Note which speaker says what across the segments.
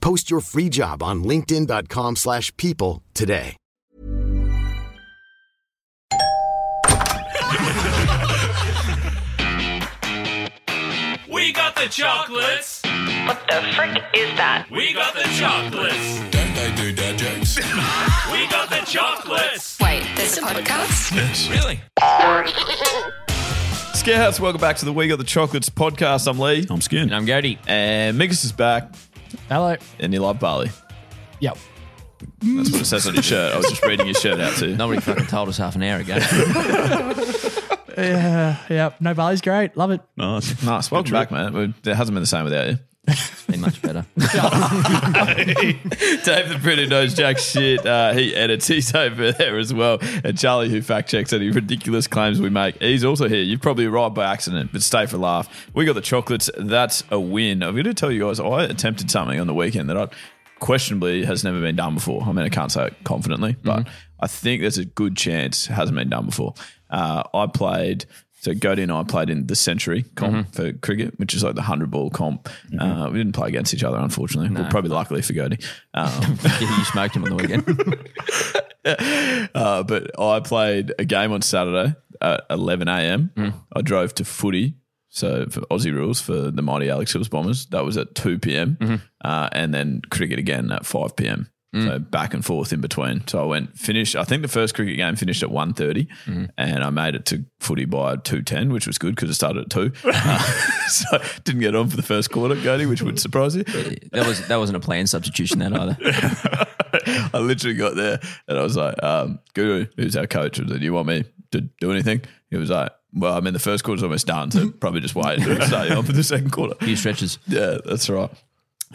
Speaker 1: Post your free job on linkedin.com/people slash people today.
Speaker 2: We got the chocolates.
Speaker 3: What the frick is that?
Speaker 2: We got the chocolates.
Speaker 4: Don't they do dad jokes?
Speaker 2: We got the chocolates.
Speaker 3: Wait, there's a podcast?
Speaker 2: Really?
Speaker 5: Scarehouse, welcome back to the We Got the Chocolates podcast. I'm Lee.
Speaker 6: I'm skin.
Speaker 7: And I'm Gody.
Speaker 5: And Migus is back,
Speaker 6: Hello.
Speaker 5: and you love Bali.
Speaker 6: Yep.
Speaker 5: That's what it says on your shirt. I was just reading your shirt out to you.
Speaker 7: Nobody fucking told us half an hour ago.
Speaker 6: Yep. No Bali's great. Love it.
Speaker 5: Nice. Nice. Welcome back, man. We- It hasn't been the same without you.
Speaker 7: Been much better.
Speaker 5: Dave the Printer knows jack shit. Uh, he edits. He's over there as well. And Charlie, who fact checks any ridiculous claims we make, he's also here. You've probably arrived by accident, but stay for a laugh. We got the chocolates. That's a win. I'm going to tell you guys, I attempted something on the weekend that I questionably has never been done before. I mean, I can't say it confidently, but
Speaker 7: Mm-hmm.
Speaker 5: I think there's a good chance it hasn't been done before. Uh, I played. So Gody and I played in the century
Speaker 7: Mm-hmm.
Speaker 5: comp for cricket, which is like the hundred ball comp. Uh, we didn't play against each other, unfortunately. Well, probably luckily for Gody. Um,
Speaker 7: Yeah, you smoked him on the weekend.
Speaker 5: Uh, but I played a game on Saturday at 11 a.m. I drove to footy, so for Aussie rules for the mighty Alex Hills Bombers. That was at 2 p.m. Uh, and then cricket again at 5 p.m. So back and forth in between. So I went finished. I think the first cricket game finished at 1.30 and I made it to footy by 2.10, which was good because it started at 2. Uh, so didn't get on for the first quarter, Cody, which would surprise you.
Speaker 7: That was that wasn't a planned substitution that either.
Speaker 5: I literally got there and I was like, um, Guru, who's our coach? I was like, Do you want me to do anything? He was like, Well, I mean, the first quarter's almost done, so probably just wait and start you off in the second quarter.
Speaker 7: Few stretches.
Speaker 5: Yeah, that's right.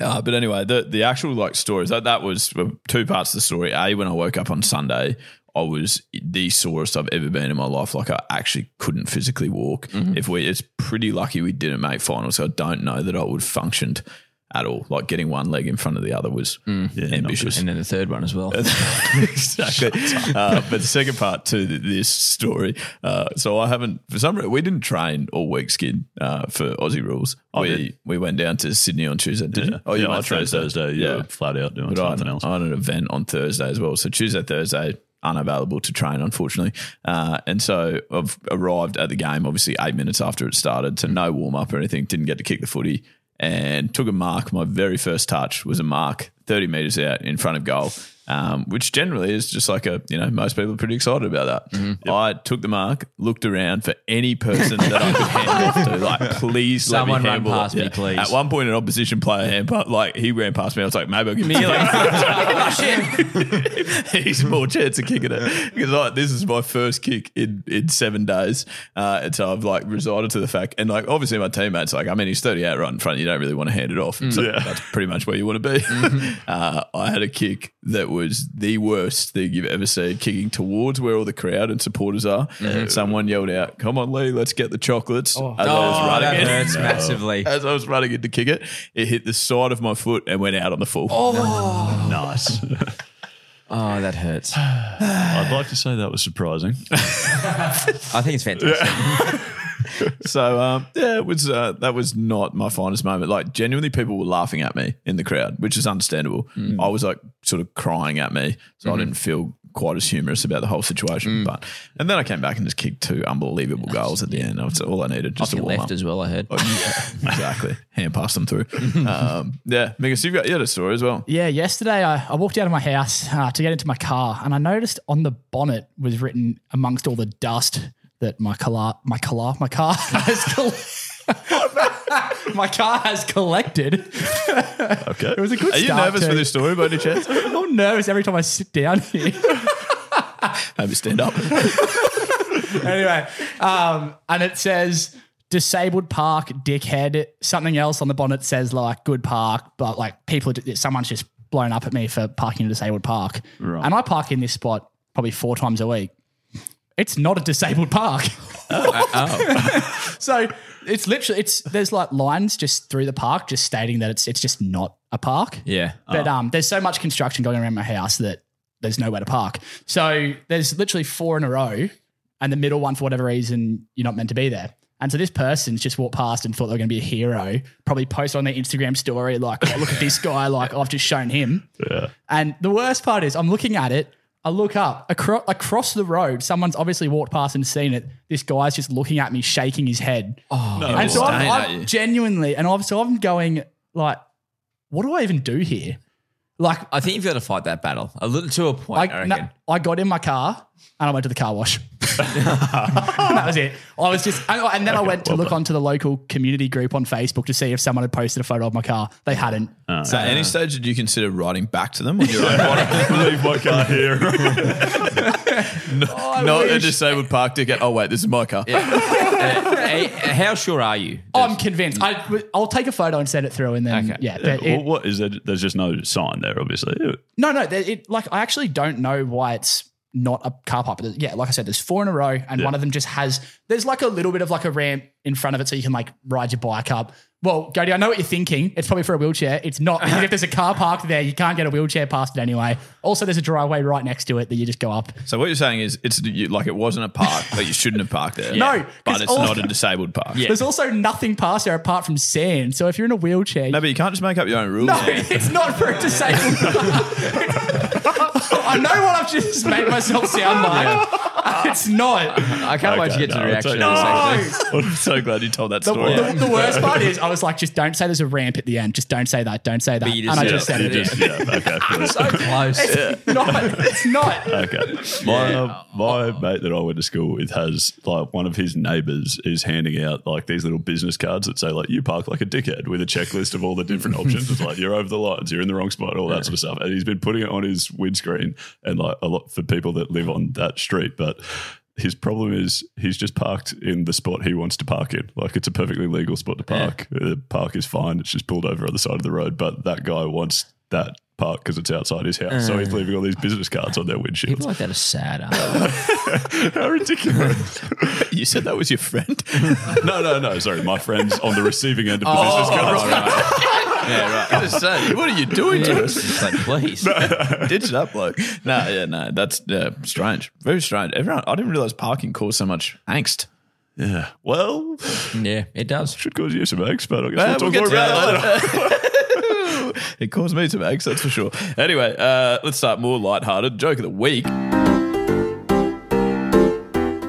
Speaker 5: Uh, but anyway, the the actual like stories that that was well, two parts of the story. A, when I woke up on Sunday, I was the sorest I've ever been in my life. Like I actually couldn't physically walk.
Speaker 7: Mm-hmm.
Speaker 5: If we, it's pretty lucky we didn't make finals. I don't know that I would have functioned at all. Like getting one leg in front of the other was
Speaker 7: Mm.
Speaker 5: ambitious.
Speaker 7: And then the third one as well.
Speaker 5: exactly. Uh, but the second part to th- this story, uh, so I haven't for some reason we didn't train all week, Skid, uh, for Aussie rules. we we went down to Sydney on Tuesday. Did you?
Speaker 6: Oh,
Speaker 5: you
Speaker 6: yeah, I
Speaker 5: went
Speaker 6: trained Thursday. You were flat out doing
Speaker 5: But I,
Speaker 6: something
Speaker 5: had,
Speaker 6: else.
Speaker 5: I had an event on Thursday as well. So Tuesday, Thursday. Unavailable to train, unfortunately, uh, and so I've arrived at the game obviously eight minutes after it started, so no warm up or anything. Didn't get to kick the footy, and took a mark. My very first touch was a mark 30 meters out in front of goal, um, which generally is just like a, you know, most people are pretty excited about that. I took the mark, looked around for any person that I could hand off to, like, please let
Speaker 7: Someone
Speaker 5: me
Speaker 7: run
Speaker 5: handball.
Speaker 7: past me, please.
Speaker 5: At one point, an opposition player hand, pa- like, he ran past me. I was like, maybe I'll give me he's more chance of kicking it because like this is my first kick in in seven days, uh, and so I've like resided to the fact. And like obviously my teammates, like I mean he's thirty out right in front, you don't really want to hand it off. So that's pretty much where you want to be.
Speaker 7: Mm-hmm.
Speaker 5: uh, I had a kick that was the worst thing you've ever seen, kicking towards where all the crowd and supporters are. Someone yelled out, "Come on, Lee, let's get the chocolates!" Oh,
Speaker 7: Oh, that hurts massively.
Speaker 5: As I was running in to kick it, it hit the side of my foot and went out on the full. Oh,
Speaker 6: Nice.
Speaker 7: Oh, that hurts.
Speaker 6: I'd like to say that was surprising.
Speaker 7: I think it's fantastic.
Speaker 5: So um, yeah, it was uh, that was not my finest moment. Like genuinely, people were laughing
Speaker 7: Mm.
Speaker 5: at me in the crowd, which is understandable. I was like sort of crying at me, so I didn't feel quite as humorous about the whole
Speaker 7: Mm.
Speaker 5: situation. But and then I came back and just kicked two unbelievable goals at the end. That's all I needed. Just
Speaker 7: Off
Speaker 5: to
Speaker 7: your
Speaker 5: warm up.
Speaker 7: left as well, I heard.
Speaker 5: Oh, yeah, exactly. Hand pass them through. um, yeah, Mingus, you've got you had a story as well.
Speaker 4: Yeah, yesterday I, I walked out of my house uh, to get into my car and I noticed on the bonnet was written amongst all the dust that my car, my car, my car has col- my car has collected.
Speaker 5: Okay, it
Speaker 4: was a good
Speaker 5: Are you
Speaker 4: start
Speaker 5: nervous
Speaker 4: to-
Speaker 5: for this story by any chance?
Speaker 4: I'm all nervous every time I sit down here.
Speaker 5: Have you stand up.
Speaker 4: anyway, um, and it says disabled park, dickhead. Something else on the bonnet says like good park, but like people, someone's just blown up at me for parking in a disabled park, and I park in this spot probably four times a week. It's not a disabled park.
Speaker 5: Oh,
Speaker 4: so it's literally it's there's like lines just through the park, just stating that it's it's just not a park.
Speaker 7: Yeah.
Speaker 5: Oh.
Speaker 4: But um, there's so much construction going around my house that there's nowhere to park. So there's literally four in a row, and the middle one, for whatever reason, you're not meant to be there. And so this person's just walked past and thought they were going to be a hero. Probably post on their Instagram story like, oh, "Look at this guy! Like I've just shown him." Yeah. And the worst part is, I'm looking at it. I look up acro- across the road. Someone's obviously walked past and seen it. This guy's just looking at me, shaking his head. Oh, and so I'm,
Speaker 5: Staring at
Speaker 4: I'm
Speaker 5: you.
Speaker 4: genuinely, and I'm, so I'm going like, what do I even do here? Like,
Speaker 7: I think you've got to fight that battle a little to a point. I
Speaker 4: I,
Speaker 7: reckon.
Speaker 4: no, I got in my car and I went to the car wash. And that was it. I was just, and, and then I went to look onto the local community group on Facebook to see if someone had posted a photo of my car. They hadn't.
Speaker 7: Uh,
Speaker 5: So at any stage did you consider writing back to them on your own body?
Speaker 6: Leave my car here.
Speaker 5: Not a disabled park ticket. Oh wait, this is my car.
Speaker 7: Hey, how sure are you?
Speaker 4: I'm convinced. I, I'll take a photo and send it through, and then
Speaker 7: Okay.
Speaker 4: yeah. But
Speaker 6: well,
Speaker 4: it,
Speaker 6: what is that? There's just no sign there, obviously.
Speaker 4: no, no. It, it- like I actually don't know why it's not a car park. But yeah, like I said, there's four in a row, and one of them just has. There's like a little bit of like a ramp in front of it, so you can like ride your bike up. Well, Gody, I know what you're thinking. It's probably for a wheelchair. It's not. because if there's a car parked there, you can't get a wheelchair past it anyway. Also, there's a driveway right next to it that you just go up.
Speaker 5: So what you're saying is it's you, like it wasn't a park, but you shouldn't have parked there.
Speaker 4: No, 'cause
Speaker 5: but it's
Speaker 4: all-
Speaker 5: not a disabled park.
Speaker 4: There's also nothing past there apart from sand. So if you're in a wheelchair,
Speaker 5: No, but you can't just make up your own rules.
Speaker 4: No,
Speaker 5: man.
Speaker 4: it's not for a disabled. I know what I've just made myself sound like. It's not.
Speaker 7: I can't wait to
Speaker 6: Okay,
Speaker 7: get to
Speaker 6: no, I'll
Speaker 7: the reaction.
Speaker 6: take
Speaker 7: of this,
Speaker 6: that.
Speaker 7: actually.
Speaker 5: I'm so glad you told that
Speaker 4: The,
Speaker 5: story.
Speaker 4: the- the worst part is, I was like, just don't say there's a ramp at the end. Just don't say that. Don't say that.
Speaker 7: you
Speaker 4: And
Speaker 7: just
Speaker 4: I
Speaker 7: said
Speaker 4: just
Speaker 7: it.
Speaker 4: said
Speaker 6: You
Speaker 4: it.
Speaker 6: just- yeah, okay. brilliant.
Speaker 7: Close.
Speaker 4: Not, it's not.
Speaker 6: Okay. My my mate that I went to school with has like one of his neighbors is handing out like these little business cards that say like you park like a dickhead with a checklist of all the different options. It's like you're over the lines, you're in the wrong spot, all that sort of stuff. And he's been putting it on his windscreen and like a lot for people that live on that street, but. His problem is he's just parked in the spot he wants to park in. Like it's a perfectly legal spot to park. The park is fine. It's just pulled over on the side of the road. But that guy wants that park because it's outside his house. so
Speaker 7: Uh.
Speaker 6: he's leaving all these business cards on their windshields.
Speaker 7: People like that are sad. aren't they?
Speaker 6: How ridiculous.
Speaker 5: you said that was your friend. Oh,
Speaker 6: no, no, no. Sorry, my friend's on the receiving end of the
Speaker 7: Oh.
Speaker 6: business card.
Speaker 5: yeah, right. I was gonna say, what are you doing to us?
Speaker 7: It's like, please.
Speaker 5: Ditch it up, bloke. No, yeah, no. That's uh, strange. Very strange. Everyone, I didn't realize parking caused so much angst.
Speaker 6: Yeah. Well,
Speaker 7: Yeah, it does.
Speaker 6: should cause you some angst, but I guess
Speaker 5: Uh,
Speaker 6: we'll, talk more about that later.
Speaker 5: later. it caused me some angst, that's for sure. Anyway, uh, let's start more lighthearted. Joke of the week.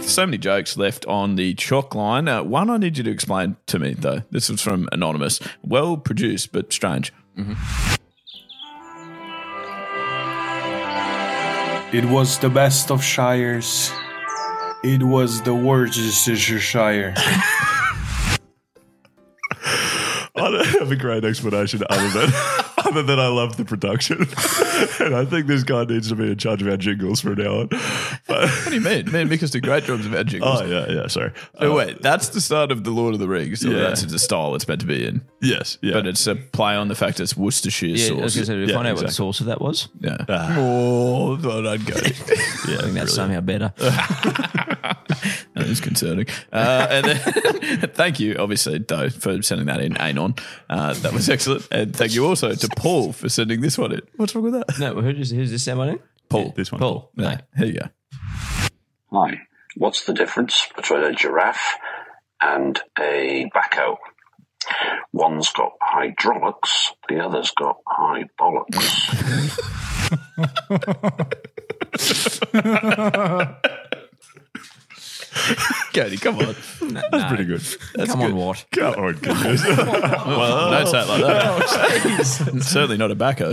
Speaker 5: So many jokes left on the chalk line. Uh, one I need you to explain to me, though. This was from Anonymous. Well produced, but strange.
Speaker 8: It was the best of Shires. It was the Worcestershire Shire.
Speaker 6: I don't have a great explanation other than other than I love the production. and I think this guy needs to be in charge of our jingles from now on. But,
Speaker 5: What do you mean? Me and Mick do great jobs of our jingles.
Speaker 6: oh, yeah, yeah, sorry.
Speaker 5: So
Speaker 6: Uh,
Speaker 5: wait, that's the start of the Lord of the Rings. So
Speaker 6: Yeah.
Speaker 5: That's the style it's meant to be in,
Speaker 6: Yes, yeah.
Speaker 5: but it's a play on the fact it's Worcestershire
Speaker 7: Yeah, I was
Speaker 5: sauce.
Speaker 7: going to say, did we
Speaker 6: Yeah,
Speaker 7: find out what
Speaker 6: exactly. Ah.
Speaker 7: source of that was?
Speaker 5: yeah. oh, I thought I'd go.
Speaker 7: I think that's somehow better.
Speaker 5: That is concerning. Uh, and then, thank you, obviously, though, for sending that in, Anon. Uh, that was excellent. And thank you also to Paul for sending this one in. What's wrong with that?
Speaker 7: no, who does, who's this someone in?
Speaker 5: Paul.
Speaker 6: This one.
Speaker 7: Paul. No.
Speaker 5: Yeah, here you go.
Speaker 9: Hi. What's the difference between a giraffe and a backhoe? One's got hydraulics, the other's got high bollocks.
Speaker 5: Cody, come on.
Speaker 6: That's pretty good. That's
Speaker 5: Come
Speaker 6: good.
Speaker 5: on, Watt.
Speaker 6: Come on, goodness.
Speaker 5: Well,
Speaker 7: Oh.
Speaker 5: don't say it like that. Certainly not a backo.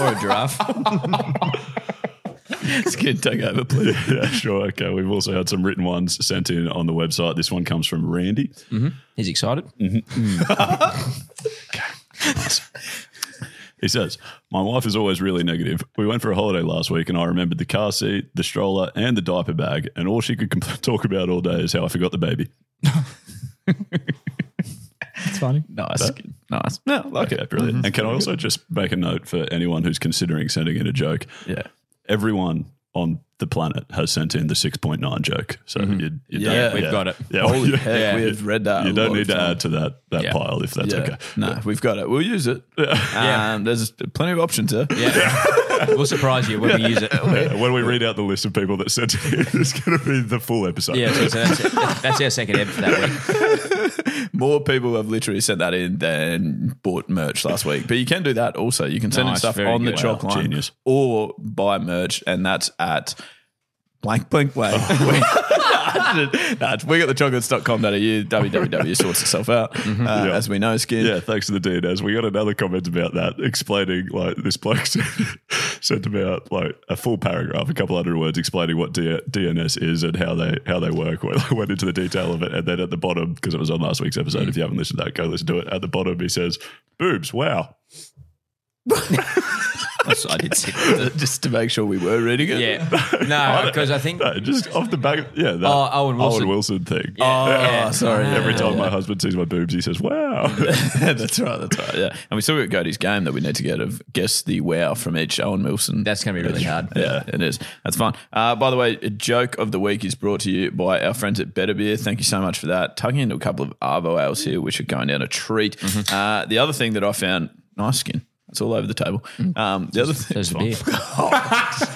Speaker 7: or, a giraffe.
Speaker 5: Skin take over, please.
Speaker 6: yeah, sure. Okay. We've also had some written ones sent in on the website. This one comes from Randy. Mm-hmm.
Speaker 7: He's excited.
Speaker 6: He says, My wife is always really negative. We went for a holiday last week and I remembered the car seat, the stroller, and the diaper bag. And all she could compl- talk about all day is how I forgot the baby.
Speaker 4: It's funny.
Speaker 5: Nice. nice. No, I like
Speaker 6: okay,
Speaker 5: it.
Speaker 6: Brilliant.
Speaker 5: Mhm.
Speaker 6: And can I also just make a note for anyone who's considering sending in a joke?
Speaker 5: Yeah.
Speaker 6: Everyone on the planet has sent in the 6.9 joke. So you, you
Speaker 5: Yeah,
Speaker 6: don't-
Speaker 5: Mm-hmm. we've got it.
Speaker 6: Yeah,
Speaker 5: Holy
Speaker 6: yeah.
Speaker 5: heck,
Speaker 6: Yeah.
Speaker 5: we've read that
Speaker 6: You
Speaker 5: a
Speaker 6: don't
Speaker 5: lot
Speaker 6: need
Speaker 5: of
Speaker 6: to
Speaker 5: time.
Speaker 6: add to that, that
Speaker 5: Yeah.
Speaker 6: pile if that's
Speaker 5: Yeah.
Speaker 6: okay.
Speaker 5: No, we've got it. We'll use it. Um, there's plenty of options here.
Speaker 7: Yeah. we'll surprise you when we use it.
Speaker 6: Yeah, when we read out the list of people that sent it, in, it's going to be the full episode.
Speaker 7: Yeah, so, so that's, it. that's our second ep for that week.
Speaker 5: More people have literally sent that in than bought merch last week. But you can do that also. You can send in
Speaker 7: Nice,
Speaker 5: stuff
Speaker 7: very
Speaker 5: on the
Speaker 7: good.
Speaker 5: chalk
Speaker 6: Wow,
Speaker 5: line
Speaker 6: genius.
Speaker 5: or buy merch, and that's at blank, blank, blank.
Speaker 6: Oh.
Speaker 5: We- Nah, it's we got the chocolates.com.au, www sorts itself out, uh,
Speaker 6: Mm-hmm. Yeah.
Speaker 5: as we know, skin.
Speaker 6: Yeah, thanks to the DNS. We got another comment about that explaining, like, this bloke said, sent about, like, a full paragraph, a couple hundred words explaining what D- DNS is and how they how they work. We like, went into the detail of it. And then at the bottom, because um, it was on last week's episode, if you haven't listened to that, go listen to it. At the bottom, he says, boobs, wow.
Speaker 7: That's- I did see
Speaker 5: Just to make sure we were reading it.
Speaker 7: Yeah. No, because I think.
Speaker 6: No, just off the back. Yeah, that
Speaker 7: Oh, Owen Wilson.
Speaker 6: thing.
Speaker 7: Yeah, yeah.
Speaker 5: Oh, sorry.
Speaker 6: Every
Speaker 5: Yeah,
Speaker 6: time
Speaker 5: yeah.
Speaker 6: my husband sees my boobs, he says, wow.
Speaker 5: that's right. That's right. Yeah, and we still got Cody's game that we need to get of guess the wow from each Owen Wilson.
Speaker 7: That's going to be really hard.
Speaker 5: yeah, it is. That's fun. Uh, by the way, joke of the week is brought to you by our friends at Better Beer. Thank you so much for that. Tugging into a couple of Arvo ales here, which are going down a treat.
Speaker 6: Mm-hmm.
Speaker 5: Uh, the other thing that I found, nice skin. It's all over the table.
Speaker 6: Mm.
Speaker 5: Um, the other thing,
Speaker 7: There's the beer.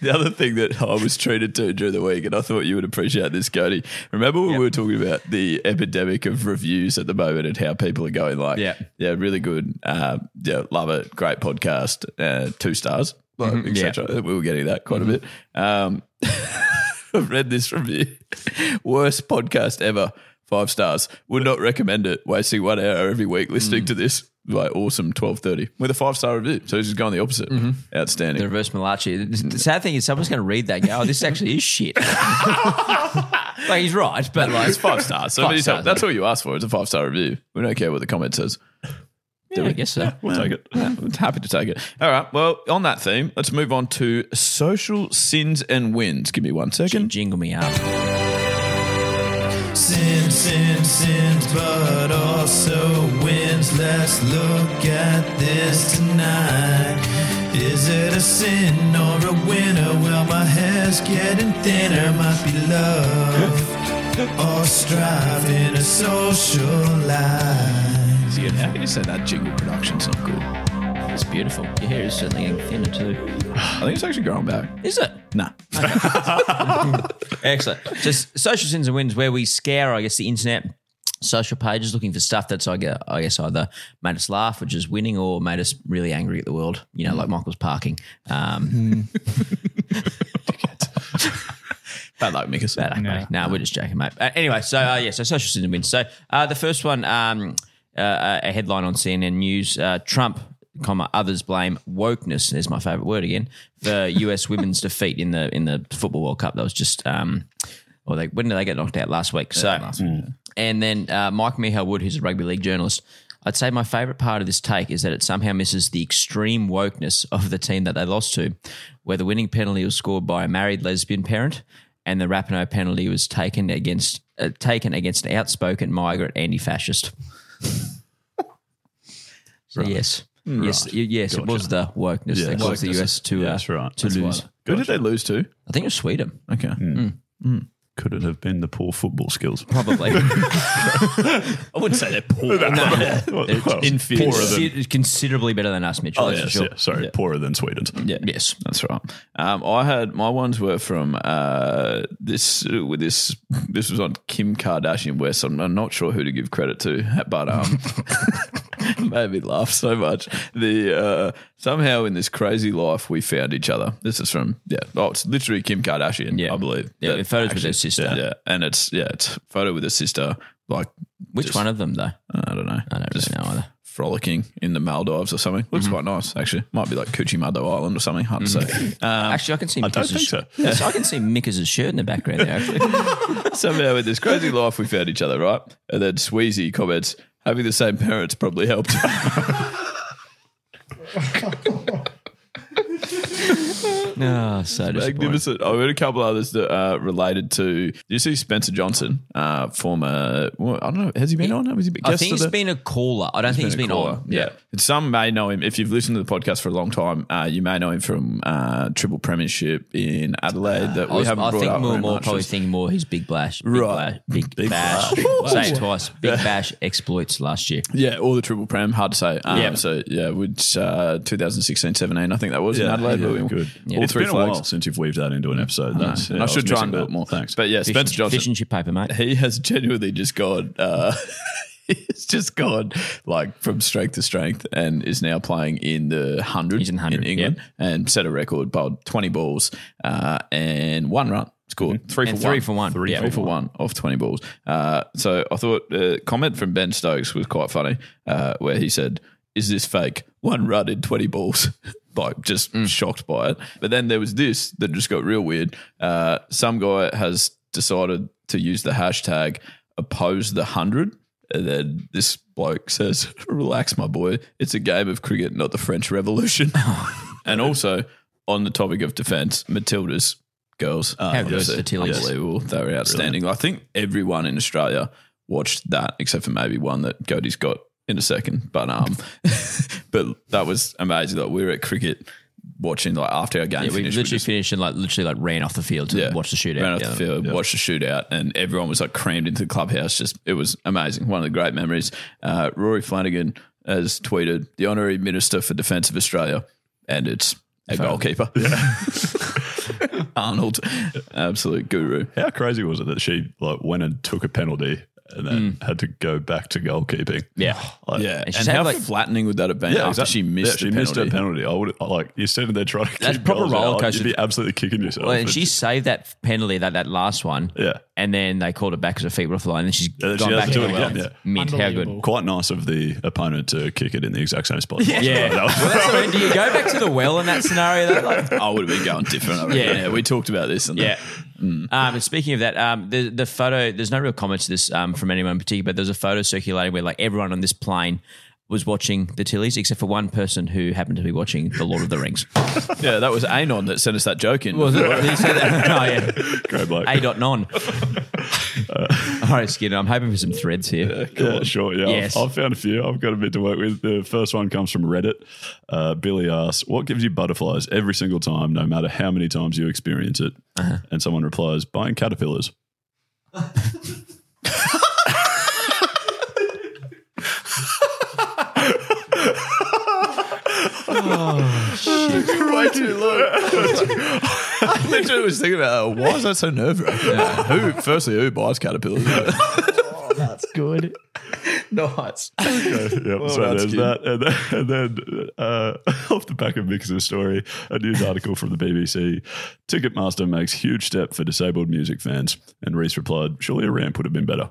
Speaker 5: the other thing that I was treated to during the week, and I thought you would appreciate this, Cody. Remember when we were talking about the epidemic of reviews at the moment and how people are going like,
Speaker 7: Yeah.
Speaker 5: yeah, really good, uh, yeah, love it, great podcast, uh, two stars, like,
Speaker 7: Mhm. Yeah.
Speaker 5: etc. We were getting that quite a bit. Um, I've read this review, worst podcast ever, five stars. Would not recommend it. Wasting one hour every week listening to this. Like awesome, twelve thirty Mm. with a five star review. Mm-hmm. So it's just going the opposite. Outstanding.
Speaker 7: The reverse Malachi. The sad thing is, someone's going to read that and go, oh, this actually is shit. like, he's right, but like,
Speaker 5: it's five stars. So
Speaker 7: Five
Speaker 5: when you tell-
Speaker 7: stars,
Speaker 5: that's all you ask for. It's a five star review. We don't care what the comment says.
Speaker 7: yeah, I guess so.
Speaker 6: We'll take it.
Speaker 5: I'm happy to take it. All right. Well, on that theme, let's move on to social sins and wins. Give me one second.
Speaker 7: Jingle me up.
Speaker 10: Sin, sin, sins, but also wins. Let's look at this tonight. Is it a sin or a winner? Well, my hair's getting thinner. Might be love or strife in a social life.
Speaker 5: How can you say that jingle production's not good?
Speaker 7: It's beautiful. Your hair is certainly getting thinner too.
Speaker 5: I think it's actually growing back.
Speaker 7: Is it?
Speaker 5: Nah.
Speaker 7: Excellent. Just social sins and wins, where we scour, I guess, the internet, social pages, looking for stuff that's, I guess, I guess either made us laugh, which is winning, or made us really angry at the world. You know, like Michael's parking. Um,
Speaker 5: Bad luck, Mika.
Speaker 7: Bad luck, buddy. No, we're just joking, mate. Uh, anyway, so uh, yeah, so social sins and wins. So uh, the first one, um, uh, a headline on CNN News: uh, Trump, comma others blame wokeness. There's my favourite word again for U.S. women's defeat in the in the football World Cup. That was just. Um, well, they, when did they get knocked out last week? So, and then uh, Mike Michal Wood, who's a rugby league journalist, I'd say my favourite part of this take is that it somehow misses the extreme wokeness of the team that they lost to, where the winning penalty was scored by a married lesbian parent, and the Rapinoe penalty was taken against uh, taken against an outspoken migrant anti-fascist. So yes,
Speaker 6: Hmm.
Speaker 7: yes, y- yes, it was the wokeness that caused the US to uh,
Speaker 6: That's right.
Speaker 7: to
Speaker 6: That's why-
Speaker 7: lose.
Speaker 5: Who did they lose to?
Speaker 7: I think it was Sweden,
Speaker 5: Okay. Hmm.
Speaker 6: Could it have been the poor football skills?
Speaker 7: probably.
Speaker 5: I wouldn't say they're poor.
Speaker 6: Well,
Speaker 7: It's
Speaker 6: well,
Speaker 5: inferior.
Speaker 6: Poorer than,
Speaker 7: Consider- considerably better than us, Mitchell.
Speaker 6: oh,
Speaker 7: that's for
Speaker 6: yes,
Speaker 7: sure.
Speaker 6: yeah, sorry, poorer than Sweden's.
Speaker 5: Yeah, yes, that's right. Um, I had my ones were from uh, this. With this, this was on Kim Kardashian West. I'm, I'm not sure who to give credit to, but um, made me laugh so much. The uh, somehow in this crazy life we found each other. This is from yeah. Oh, it's literally Kim Kardashian. Yeah, I believe.
Speaker 7: Yeah,
Speaker 5: That
Speaker 7: photos with
Speaker 5: actually-
Speaker 7: her sister.
Speaker 5: Yeah, yeah, and it's yeah, it's a photo with her sister. Like
Speaker 7: Which one of them though?
Speaker 5: I don't know.
Speaker 7: I don't really know either. Mm-hmm.
Speaker 5: Frolicking in the Maldives or something. Looks quite nice actually. Might be like Cuchimado Island or something. Hard to say. Uh,
Speaker 7: actually, I can see.
Speaker 5: Um, I don't
Speaker 7: Mikkels'
Speaker 5: think
Speaker 7: sh-
Speaker 5: so.
Speaker 7: Yes, I can see Mikkels' shirt in the background there. Actually,
Speaker 5: Somehow in this crazy life we found each other, right? And then Sweezy comments, having the same parents probably helped.
Speaker 7: no, Ah, so
Speaker 5: magnificent. I read a couple others that are related to. You see Spencer Johnson, uh, former. Well, I don't know. Has he been on? Has he been,
Speaker 7: I
Speaker 5: guest
Speaker 7: think
Speaker 5: of
Speaker 7: he's
Speaker 5: the-
Speaker 7: been a caller. I don't think he's been,
Speaker 5: caller.
Speaker 7: on.
Speaker 5: Yeah. And some may know him. If you've listened to the podcast for a long time, uh, you may know him from uh, Triple Premiership in Adelaide that
Speaker 7: Uh, I,
Speaker 5: we
Speaker 7: was,
Speaker 5: haven't
Speaker 7: I
Speaker 5: brought
Speaker 7: think
Speaker 5: up
Speaker 7: more
Speaker 5: very
Speaker 7: and more
Speaker 5: much.
Speaker 7: probably thinking more his big bash, big
Speaker 5: Right.
Speaker 7: Bash, big,
Speaker 5: Big
Speaker 7: bash,
Speaker 5: Bash.
Speaker 7: say it twice, big bash exploits last year.
Speaker 5: Yeah, or the triple prem, hard to say. Um,
Speaker 7: Yeah.
Speaker 5: So yeah, which uh, 2016, 17, I think that was in
Speaker 6: Yeah,
Speaker 5: Adelaide.
Speaker 6: yeah,
Speaker 5: but we-
Speaker 6: good.
Speaker 5: all
Speaker 6: It's
Speaker 5: three
Speaker 6: been a
Speaker 5: flags.
Speaker 6: while since you've weaved that into an episode.
Speaker 5: I know.
Speaker 6: That's,
Speaker 5: And
Speaker 6: yeah,
Speaker 5: I
Speaker 6: was
Speaker 5: should try
Speaker 6: missing
Speaker 5: and do
Speaker 6: that.
Speaker 5: it more. Thanks,
Speaker 6: Thanks.
Speaker 5: but yeah,
Speaker 7: Fish and
Speaker 5: Spencer
Speaker 7: chip-
Speaker 5: Johnson.
Speaker 7: fish and chip paper, mate.
Speaker 5: He has genuinely just gone. Uh, he's just gone like from strength to strength, and is now playing in the hundred in, England and set a record by twenty balls uh, and one run. Scored three
Speaker 7: And
Speaker 5: for
Speaker 7: three
Speaker 5: one.
Speaker 7: for one.
Speaker 5: Three
Speaker 7: Yeah.
Speaker 5: for one off twenty balls. Uh, so I thought a comment from Ben Stokes was quite funny, uh, where he said, "Is this fake? One run in twenty balls." Like just
Speaker 7: Mm.
Speaker 5: shocked by it. But then there was this that just got real weird. Uh, some guy has decided to use the hashtag oppose the hundred. And then this bloke says, Relax, my boy. It's a game of cricket, not the French Revolution. and also, on the topic of defence, Matilda's girls.
Speaker 7: How good
Speaker 5: obviously,
Speaker 7: the Tillies.
Speaker 5: Unbelievable. They were outstanding. I think everyone in Australia watched that, except for maybe one that Cody's got in a second. But um, but that was amazing. Like we were at cricket watching like after our game.
Speaker 7: Yeah, we
Speaker 5: finished,
Speaker 7: literally finished and like literally like ran off the field to
Speaker 5: yeah.
Speaker 7: watch the shootout.
Speaker 5: Ran off
Speaker 7: Yeah.
Speaker 5: the field, watched the shootout, and everyone was like crammed into the clubhouse. Just it was amazing. One of the great memories. Uh, Rory Flanagan has tweeted the honorary minister for defence of Australia, and it's a goalkeeper. Arnold, absolute guru.
Speaker 6: How crazy was it that she like went and took a penalty and then had to go back to goalkeeping?
Speaker 7: Yeah,
Speaker 6: Like-
Speaker 5: Mm. yeah. And, how flattening would that have been? after
Speaker 6: exactly.
Speaker 5: she missed.
Speaker 6: Yeah,
Speaker 5: the
Speaker 6: she missed her
Speaker 5: penalty.
Speaker 6: penalty. I would like you're standing there trying to.
Speaker 7: That's
Speaker 6: keep
Speaker 7: proper
Speaker 6: goals out,
Speaker 7: roller coaster.
Speaker 6: You'd be absolutely kicking yourself.
Speaker 7: Well, and she saved that penalty, that that last one.
Speaker 6: Yeah.
Speaker 7: And then they called it back as a feet were off the line. And then she's
Speaker 6: Yeah, she
Speaker 7: gone
Speaker 6: has
Speaker 7: back
Speaker 6: to
Speaker 7: to
Speaker 6: do
Speaker 7: it
Speaker 6: it again. Yeah.
Speaker 7: Mint, how good.
Speaker 6: Quite nice of the opponent to kick it in the exact same spot.
Speaker 7: Yeah. Yeah.
Speaker 6: That was-
Speaker 7: well, that's what I mean. Do you go back to the well in that scenario? Though? Like,
Speaker 5: I would have been going different. I reckon.
Speaker 7: Yeah.
Speaker 5: yeah. we talked about this. And
Speaker 7: Yeah. Um, and speaking of that, um, the the photo. There's no real comment to this um, from anyone in particular, but there's a photo circulating where like everyone on this plane was watching the Tillies, except for one person who happened to be watching The Lord of the Rings.
Speaker 5: yeah, that was Anon that sent us that joke in.
Speaker 7: Was it? Did you say that? Oh yeah.
Speaker 6: Great bloke.
Speaker 7: A dot non. All right, Skinner. I'm hoping for some threads here.
Speaker 6: Yeah, sure. Yeah, I've-
Speaker 7: Yes.
Speaker 6: I've, found a few. I've got a bit to work with. The first one comes from Reddit. Uh, Billy asks, "What gives you butterflies every single time, no matter how many times you experience it?"
Speaker 5: Uh-huh.
Speaker 6: And someone replies, "Buying caterpillars."
Speaker 5: Oh, way too low. I literally was thinking about that. why is that so nerve wracking? Who, firstly, who buys caterpillars?
Speaker 4: That's good.
Speaker 5: nice.
Speaker 6: Yep,
Speaker 5: Well
Speaker 6: so
Speaker 5: done,
Speaker 6: there's
Speaker 5: Skin.
Speaker 6: that. And then, and then uh, off the back of Mixer's story, a news article from the BBC Ticketmaster makes huge step for disabled music fans. And Reese replied, Surely a ramp would have been better.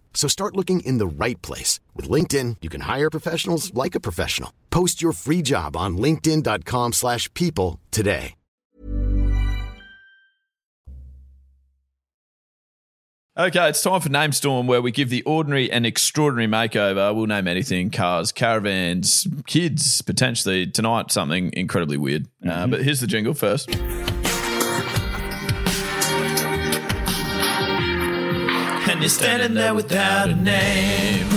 Speaker 1: So start looking in the right place. With LinkedIn, you can hire professionals like a professional. Post your free job on linkedin.com/people slash people today.
Speaker 5: Okay, it's time for Name Storm, where we give the ordinary an extraordinary makeover. We'll name anything cars, caravans, kids, potentially tonight, something incredibly weird. Uh,
Speaker 10: Mm-hmm.
Speaker 5: but here's the jingle first.
Speaker 10: And you're standing there without a name.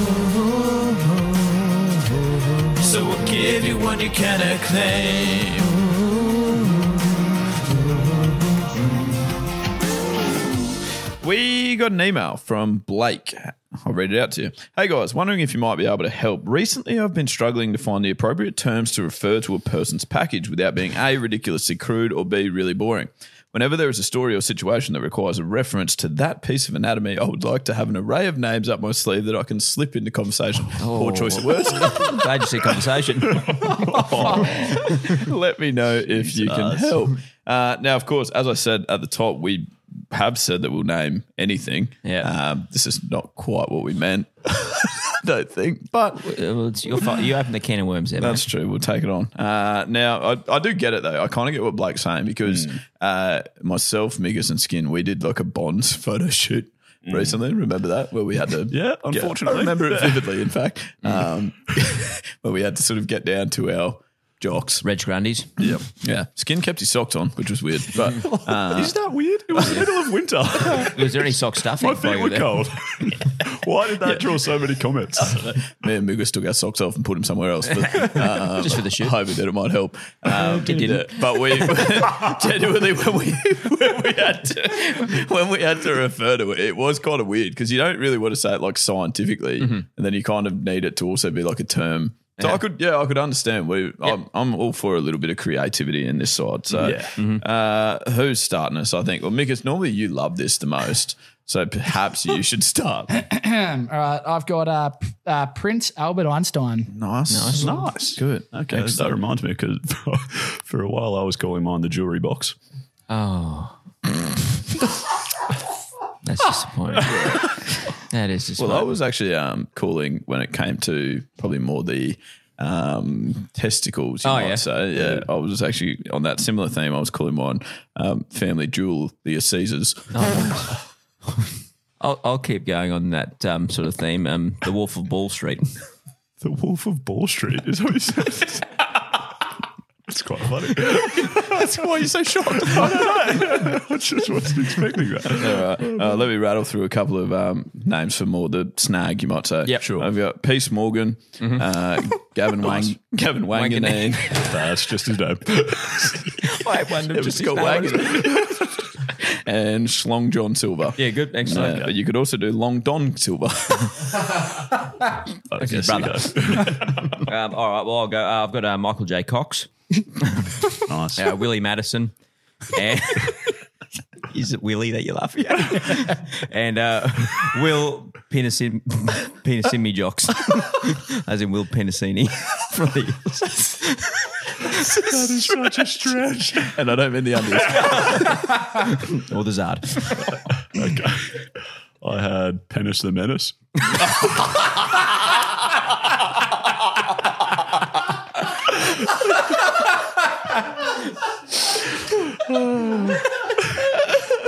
Speaker 10: So we'll give you one you cannot claim.
Speaker 5: We got an email from Blake. I'll read it out to you. Hey guys, wondering if you might be able to help. Recently, I've been struggling to find the appropriate terms to refer to a person's package without being A, ridiculously crude, or B, really boring. Whenever there is a story or situation that requires a reference to that piece of anatomy, I would like to have an array of names up my sleeve that I can slip into conversation. Poor choice of words.
Speaker 7: Glad you said conversation.
Speaker 5: Let me know if you can
Speaker 7: Jesus.
Speaker 5: help. Uh, now, of course, as I said at the top, we have said that we'll name anything. Yeah. Um, this is not quite what we meant. I don't think, but
Speaker 7: it's your fault. You opened the can of worms there.
Speaker 5: That's true. We'll take it on. Uh, now, I, I do get it though. I kind of get what Blake's saying because uh, myself, Migas, and Skin, we did like a Bonds photo shoot recently. Remember that? Where we had to. Mm. yeah,
Speaker 6: unfortunately.
Speaker 5: I remember it vividly, in fact. Um, where we had to sort of get down to our jocks.
Speaker 7: Reg Grundies.
Speaker 5: Yep. Yeah. Skin kept his socks on, which was weird. But uh,
Speaker 6: Is that weird? It was the middle of winter.
Speaker 7: Was there any sock stuffing?
Speaker 6: My feet were cold. Why did that draw so many comments?
Speaker 5: Me and Mugus took our socks off and put them somewhere else. But, um,
Speaker 7: Just for the shoot.
Speaker 5: I hope that it might help. Um,
Speaker 7: It didn't.
Speaker 5: But we genuinely when we when we had to when we had to refer to it, it was kind of weird because you don't really want to say it like scientifically,
Speaker 7: Mm-hmm.
Speaker 5: and then you kind of need it to also be like a term. So I could, yeah, I could understand. We, I'm, I'm all for a little bit of creativity in this side. So,
Speaker 6: Yeah.
Speaker 7: Mm-hmm.
Speaker 5: uh, who's starting us? I think. Well, Mick, it's normally you love this the most, so perhaps you should start.
Speaker 4: Hmm, All right, I've got uh, p- uh, Prince Albert Einstein.
Speaker 5: Nice.
Speaker 6: Nice. Nice.
Speaker 5: Good.
Speaker 6: Okay, that reminds me because for a while I was calling mine the jewelry box.
Speaker 7: Oh. That's disappointing. that is
Speaker 5: Well, I
Speaker 7: disappointing.
Speaker 5: was actually um, calling when it came to probably more the um, testicles, you
Speaker 7: Oh,
Speaker 5: might
Speaker 7: yeah.
Speaker 5: say. Yeah, I was actually on that similar theme. I was calling mine um, family jewel, the Caesars.
Speaker 7: I'll, I'll keep going on that um, sort of theme. Um, the Wolf of Wall Street.
Speaker 6: The Wolf of Ball Street is what he says. It's quite funny.
Speaker 5: That's why you're so shocked.
Speaker 6: I just wasn't expecting that.
Speaker 5: Uh, let me rattle through a couple of um, names for more the snag, you might say.
Speaker 7: Yep. Sure.
Speaker 5: I've got Peace Morgan,
Speaker 6: Mm-hmm.
Speaker 5: uh, Gavin Wang, Gavin Wanganine.
Speaker 6: That's just his name.
Speaker 7: I wonder
Speaker 5: It was Scott Wagon. and Schlong John Silver.
Speaker 7: Yeah, good. Excellent.
Speaker 5: Uh, but you could also do Long Don Silver.
Speaker 6: I guess he does.
Speaker 7: Um, all right. Well, I'll go. Uh, I've got uh, Michael J. Cox,
Speaker 6: Nice.
Speaker 7: uh, Willie Madison. And is it Willie that you're laughing at? and uh, Will Penicin, Penicini Jocks, as in Will Penicini from the.
Speaker 6: that is such a stretch.
Speaker 5: and I don't mean the undies.
Speaker 7: Or the Zard.
Speaker 6: Okay. I had Penis Uh, the Menace.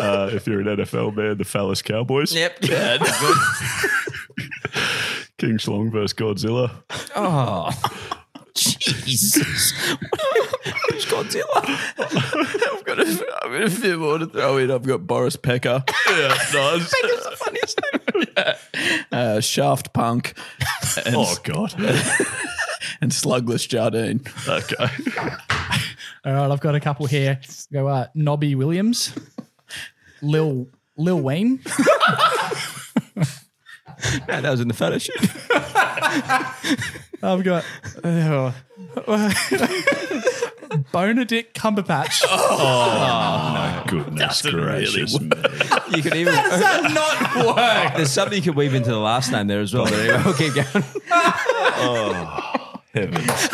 Speaker 6: uh, if you're an NFL man, the Phallus Cowboys.
Speaker 7: Yep.
Speaker 5: Oh,
Speaker 6: King Schlong versus Godzilla.
Speaker 7: Oh, Jesus.
Speaker 5: Godzilla. I've got a, I've got a few more to throw in. I've got Boris Pecker. Yeah, nice. Pecker's the funniest name. uh, Shaft Punk.
Speaker 6: Oh, God.
Speaker 5: and Slugless Jardine.
Speaker 6: Okay.
Speaker 4: All right, I've got a couple here. Go uh, Nobby Williams, Lil Lil Wayne.
Speaker 7: No, that was in the photo shoot.
Speaker 4: I've got uh, Bonedict Cumberpatch.
Speaker 6: Oh, my goodness
Speaker 7: Doesn't
Speaker 6: gracious.
Speaker 7: really You could even. Oh,
Speaker 4: How does that not work?
Speaker 7: There's something you could weave into the last name there as well. But anyway, we'll keep going.
Speaker 5: Oh, heavens.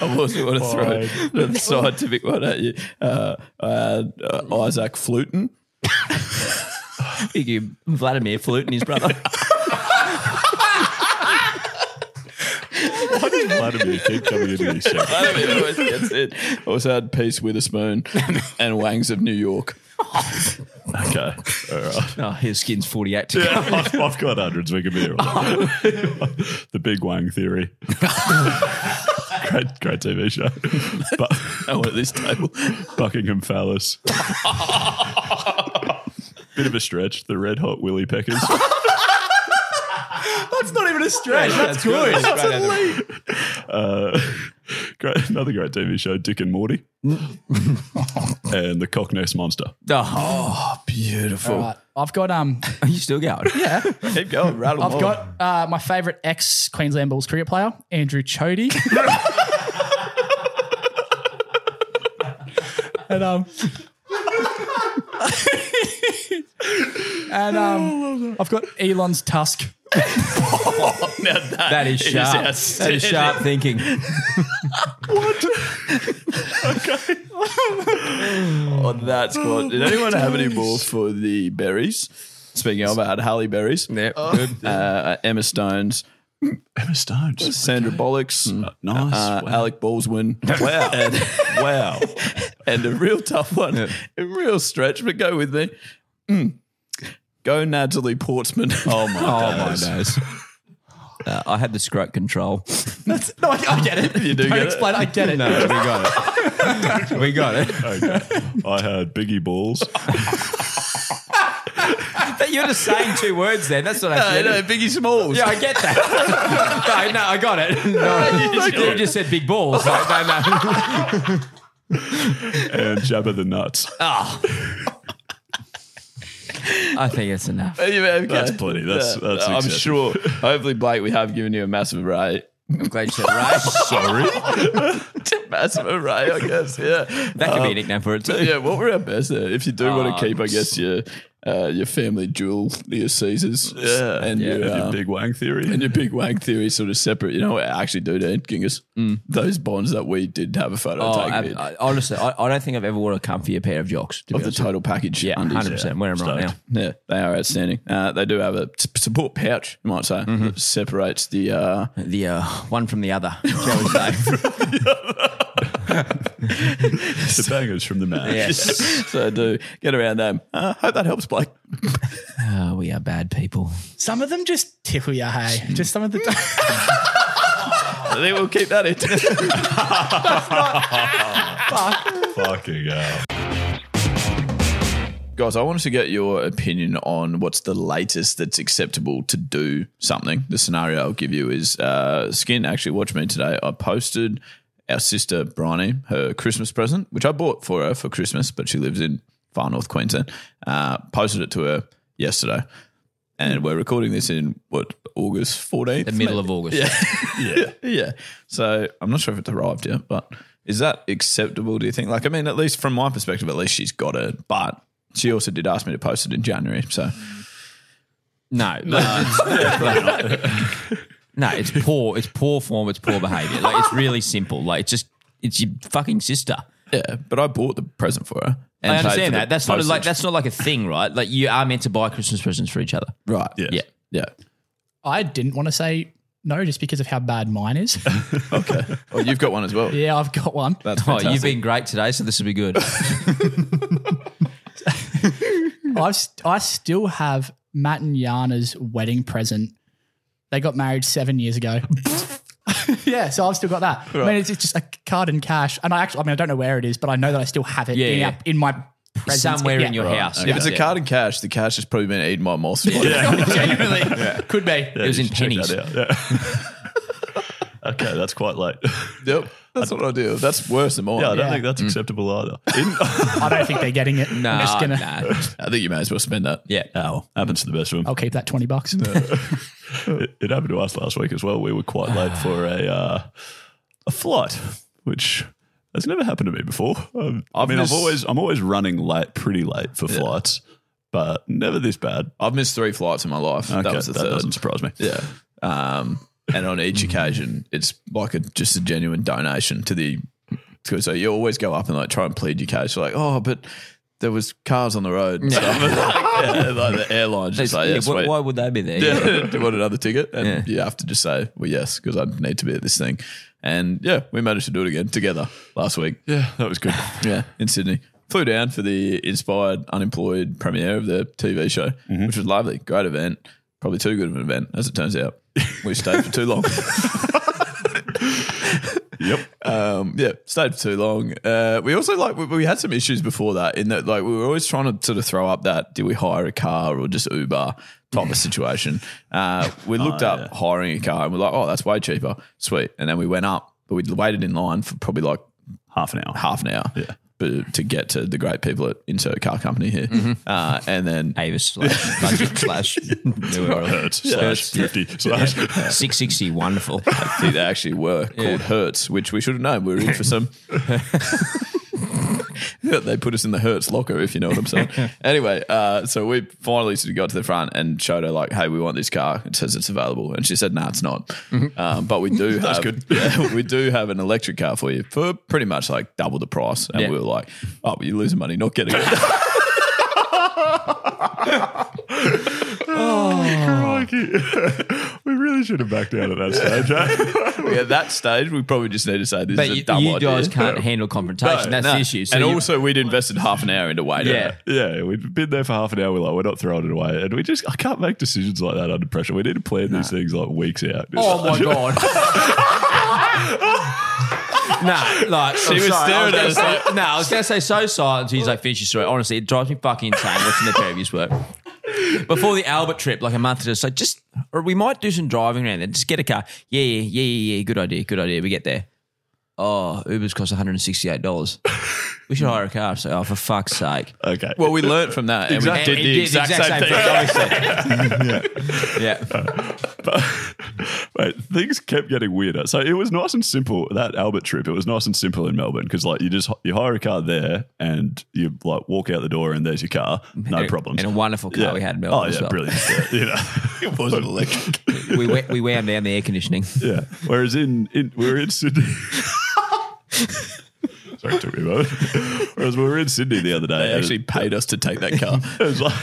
Speaker 5: I wasn't want to
Speaker 7: Oh,
Speaker 5: throw the scientific one at you. Uh, uh, uh, Isaac Fluton.
Speaker 7: Big Vladimir Flute and his brother.
Speaker 6: Why does Vladimir keep coming into these shows?
Speaker 5: Vladimir always gets it. Also had Peace Witherspoon and Wangs of New York.
Speaker 6: Okay. All right.
Speaker 7: Oh, his skin's 48 to
Speaker 6: Yeah,
Speaker 7: go.
Speaker 6: I've, I've got hundreds. We could be here. all day. the Big Wang Theory. great, great TV show. But
Speaker 5: Oh, at this table.
Speaker 6: Buckingham Phallus. Bit of a stretch. The Red Hot Willy Peckers.
Speaker 4: That's not even a stretch. That's
Speaker 7: good.
Speaker 4: good.
Speaker 7: That's
Speaker 4: That's
Speaker 7: right,
Speaker 4: elite.
Speaker 6: Uh, great, another great TV show. Dick and Morty. and the Cock Nest Monster.
Speaker 4: Ah.
Speaker 7: Oh, beautiful.
Speaker 4: All right, I've got um.
Speaker 7: Are you still going?
Speaker 4: Yeah,
Speaker 5: Keep going. Rattle
Speaker 4: I've
Speaker 5: on.
Speaker 4: got uh, my favourite ex Queensland Bulls cricket player, Andrew Chody. and um, and um, I've got Elon's tusk.
Speaker 7: that is sharp.
Speaker 5: is
Speaker 7: that is sharp thinking.
Speaker 5: Oh, that's good. Did anyone have any more for the berries? Speaking of, I had Halle Berries.
Speaker 7: Yep, good.
Speaker 5: Uh, Emma Stones,
Speaker 6: Emma Stones.
Speaker 5: Sandra Bollocks,
Speaker 6: Nice.
Speaker 5: uh,
Speaker 6: Wow.
Speaker 5: Alec Baldwin. Wow. And, wow. And a real tough one. A real stretch, but go with me. Mm. Go Natalie Portman. Oh, my
Speaker 7: Oh, my nose. Uh, I had the stroke control.
Speaker 4: That's no, I, I get it.
Speaker 5: You do
Speaker 4: Don't
Speaker 5: get it?
Speaker 4: explain. I get it.
Speaker 7: No, we got it. We got it.
Speaker 6: Okay. I had Biggie Balls.
Speaker 7: But you're just saying two words then. That's what I said.
Speaker 5: Biggie Smalls.
Speaker 7: Yeah, I get that. no, no, I got it. No, you just said big balls. Like, no, no.
Speaker 6: and Jabba the Nuts.
Speaker 7: I think it's enough.
Speaker 6: That's plenty. That's- that's
Speaker 5: I'm
Speaker 6: excessive.
Speaker 5: sure. Hopefully, Blake, we have given you a massive array.
Speaker 7: I'm glad you said right.
Speaker 6: Sorry.
Speaker 5: massive array, I guess. Yeah.
Speaker 7: That could be a
Speaker 5: Um,
Speaker 7: nickname for it
Speaker 5: So
Speaker 7: too.
Speaker 5: yeah, what were our best there? If you do want to keep, I guess your uh, your family jewel, your Caesars,
Speaker 6: Yeah.
Speaker 5: and,
Speaker 6: And
Speaker 5: Your,
Speaker 6: your
Speaker 5: big
Speaker 6: Big Wang Theory.
Speaker 5: and your big wank theory sort of separate. You know what I actually do, Dan Gingus? Those bonds that we did have a photo
Speaker 7: Oh,
Speaker 5: taken
Speaker 7: I,
Speaker 5: in
Speaker 7: I- honestly, I, I don't think I've ever worn a comfier pair of jocks. To
Speaker 5: of
Speaker 7: be
Speaker 5: the
Speaker 7: honest with
Speaker 5: total package.
Speaker 7: you. yeah,
Speaker 5: undies.
Speaker 7: hundred percent. Wearing them right now.
Speaker 6: Stoked.
Speaker 5: Yeah, they are outstanding. Uh, they do have a s- support pouch, you might say, that separates the. Uh,
Speaker 7: The uh, one from the other, shall we say?
Speaker 6: the bangers from the match.
Speaker 5: so do get around them. Uh, hope that helps, Blake.
Speaker 7: oh, we are bad people.
Speaker 4: Some of them just tickle your hay. Just some of the.
Speaker 5: I think we'll keep that in.
Speaker 6: Fucking hell.
Speaker 5: Guys, I wanted to get your opinion on what's the latest that's acceptable to do something. The scenario I'll give you is uh, Skin actually watched me today. I posted our sister Bryony her Christmas present, which I bought for her for Christmas, but she lives in far north Queensland. Uh, posted it to her yesterday. And we're recording this in what, August 14th?
Speaker 7: The middle of August.
Speaker 5: yeah. yeah. So I'm not sure if it's arrived yet, but is that acceptable, do you think? Like, I mean, at least from my perspective, at least she's got it, but she also did ask me to post it in January. So
Speaker 7: No, no, no, it's poor. It's poor form. It's poor behaviour. Like it's really simple. Like it's just it's your fucking sister.
Speaker 5: yeah, but I bought the present for her. and paid for
Speaker 7: I understand
Speaker 5: the
Speaker 7: that. That's not a,
Speaker 5: postage.
Speaker 7: like that's not like a thing, right? Like you are meant to buy Christmas presents for each other.
Speaker 5: right.
Speaker 6: Yeah.
Speaker 5: Yeah. Yeah.
Speaker 4: I didn't want to say no, just because of how bad mine is.
Speaker 5: Well, Oh, you've got one as well.
Speaker 4: yeah, I've got one.
Speaker 5: That's
Speaker 7: Oh,
Speaker 5: fantastic.
Speaker 7: you've been great today, so this will be good.
Speaker 4: I've st- I still have Matt and Yana's wedding present. They got married seven years ago. yeah, so I've still got that. I mean, it's, it's just a card and cash, and I actually, I mean, I don't know where it is, but I know that I still have it
Speaker 5: Yeah,
Speaker 4: in,
Speaker 5: yeah.
Speaker 4: our- in my presence. Yeah.
Speaker 5: Right. If it's a card and cash, the cash has probably been eaten by moths. Yeah.
Speaker 4: Genuinely. Could be.
Speaker 5: It was in pennies.
Speaker 6: Okay, that's quite late.
Speaker 5: yep, that's what I do. That's worse than mine.
Speaker 6: Yeah, I don't
Speaker 5: Yeah. Mm.
Speaker 6: think that's acceptable either.
Speaker 4: I don't think they're getting it.
Speaker 5: No,
Speaker 4: I'm just gonna,
Speaker 5: I think you may as well spend that.
Speaker 7: Yeah.
Speaker 6: Oh, happens to the best of them.
Speaker 4: I'll keep that 20 bucks.
Speaker 6: it, it happened to us last week as well. We were quite late for a uh, a flight, which has never happened to me before. Um, I
Speaker 5: I've
Speaker 6: mean,
Speaker 5: missed-
Speaker 6: I've always I'm always running late, pretty late for flights, but never this bad.
Speaker 5: I've missed three flights in my life.
Speaker 6: Okay,
Speaker 5: that was the
Speaker 6: that
Speaker 5: 3rd
Speaker 6: doesn't surprise me.
Speaker 5: Yeah. Um, and on each occasion, it's like a, just a genuine donation to the. So you always go up and like try and plead your case. You're like, oh, but there was cars on the road. And
Speaker 7: Yeah.
Speaker 5: stuff. like, yeah, like the airline just like, yeah,
Speaker 7: Yeah, wh-
Speaker 5: sweet.
Speaker 7: why would they be there?
Speaker 5: Yeah.
Speaker 7: Yeah.
Speaker 5: Do you want another ticket? And you have to just say, well, yes, because I need to be at this thing. And yeah, we managed to do it again together last week.
Speaker 6: Yeah, that was good.
Speaker 5: yeah, in Sydney. Flew down for the inspired unemployed premiere of the TV show,
Speaker 6: Mm-hmm.
Speaker 5: which was lovely. Great event. Probably too good of an event, as it turns out. We stayed for too long.
Speaker 6: Yep.
Speaker 5: Um, yeah, stayed for too long. Uh, we also like we, we had some issues before that in that like we were always trying to sort of throw up that did we hire a car or just Uber type of situation. Uh,
Speaker 6: Oh,
Speaker 5: we looked up hiring a car and we're like, oh, that's way cheaper, sweet. And then we went up, but we waited in line for probably like
Speaker 6: half an hour,
Speaker 5: half an hour, yeah. But to get to the great people at Insert Car Company here,
Speaker 6: Mm-hmm.
Speaker 5: uh, and then
Speaker 7: Avis slash budget slash New Orleans.
Speaker 6: Hertz
Speaker 5: Yeah.
Speaker 6: slash
Speaker 5: Yeah.
Speaker 6: fifty slash.
Speaker 7: Six sixty, wonderful.
Speaker 5: I think they actually were called Hertz, which we should have known. We were in for some. they put us in the Hertz locker, if you know what I'm saying. anyway, uh, so we finally sort of got to the front and showed her like, "Hey, we want this car. It says it's available," and she said, "No, it's not. Um, but we do
Speaker 6: Mm-hmm.
Speaker 5: have
Speaker 6: That's good.
Speaker 5: yeah, we do have an electric car for you for pretty much like double the price." And
Speaker 7: Yeah.
Speaker 5: we were like, "Oh, but you're losing money not getting it."
Speaker 6: Oh, Crikey. we really should have backed out at that stage. eh?
Speaker 5: Yeah, at that stage, we probably just need to say this
Speaker 7: But
Speaker 5: is a
Speaker 7: you,
Speaker 5: dumb
Speaker 7: you
Speaker 5: idea.
Speaker 7: guys can't handle confrontation. That's the issue. So
Speaker 5: and
Speaker 7: you-
Speaker 5: also, we'd invested half an hour into waiting.
Speaker 7: Yeah.
Speaker 6: Yeah, we've been there for half an hour. We're like, we're not throwing it away, and we just I can't make decisions like that under pressure. We need to plan these things like weeks out.
Speaker 7: Oh my god. No, like she
Speaker 5: was staring at us
Speaker 7: No, I was gonna say so silent. He's like, finish your story. Honestly, it drives me fucking insane watching the previous work. Before the Albert trip, like a month ago, so just or we might do some driving around there. Just get a car. Yeah, yeah, yeah, yeah, yeah. Good idea, good idea. We get there. Oh, Uber's cost one hundred and sixty-eight dollars. We should hire a car. So, oh, for fuck's sake.
Speaker 6: Okay.
Speaker 5: Well, we learnt from that, and
Speaker 7: Exactly.
Speaker 5: we did the exact, same thing.
Speaker 7: obviously. yeah.
Speaker 6: But mate, things kept getting weirder. So it was nice and simple that Albert trip. It was nice and simple in Melbourne because like you just you hire a car there and you like walk out the door and there's your car, no
Speaker 7: And-
Speaker 6: problems.
Speaker 7: And a wonderful car we had in
Speaker 6: oh
Speaker 7: Melbourne.
Speaker 6: yeah,
Speaker 7: as well.
Speaker 6: brilliant. Yeah, you know, it wasn't electric.
Speaker 7: We, wa- we wound down the air conditioning.
Speaker 6: Yeah. Whereas in, in we were in Sydney. Sorry, it took me a moment. Whereas we were in Sydney the other day.
Speaker 5: They
Speaker 6: and
Speaker 5: actually paid us to take that car.
Speaker 6: it was like,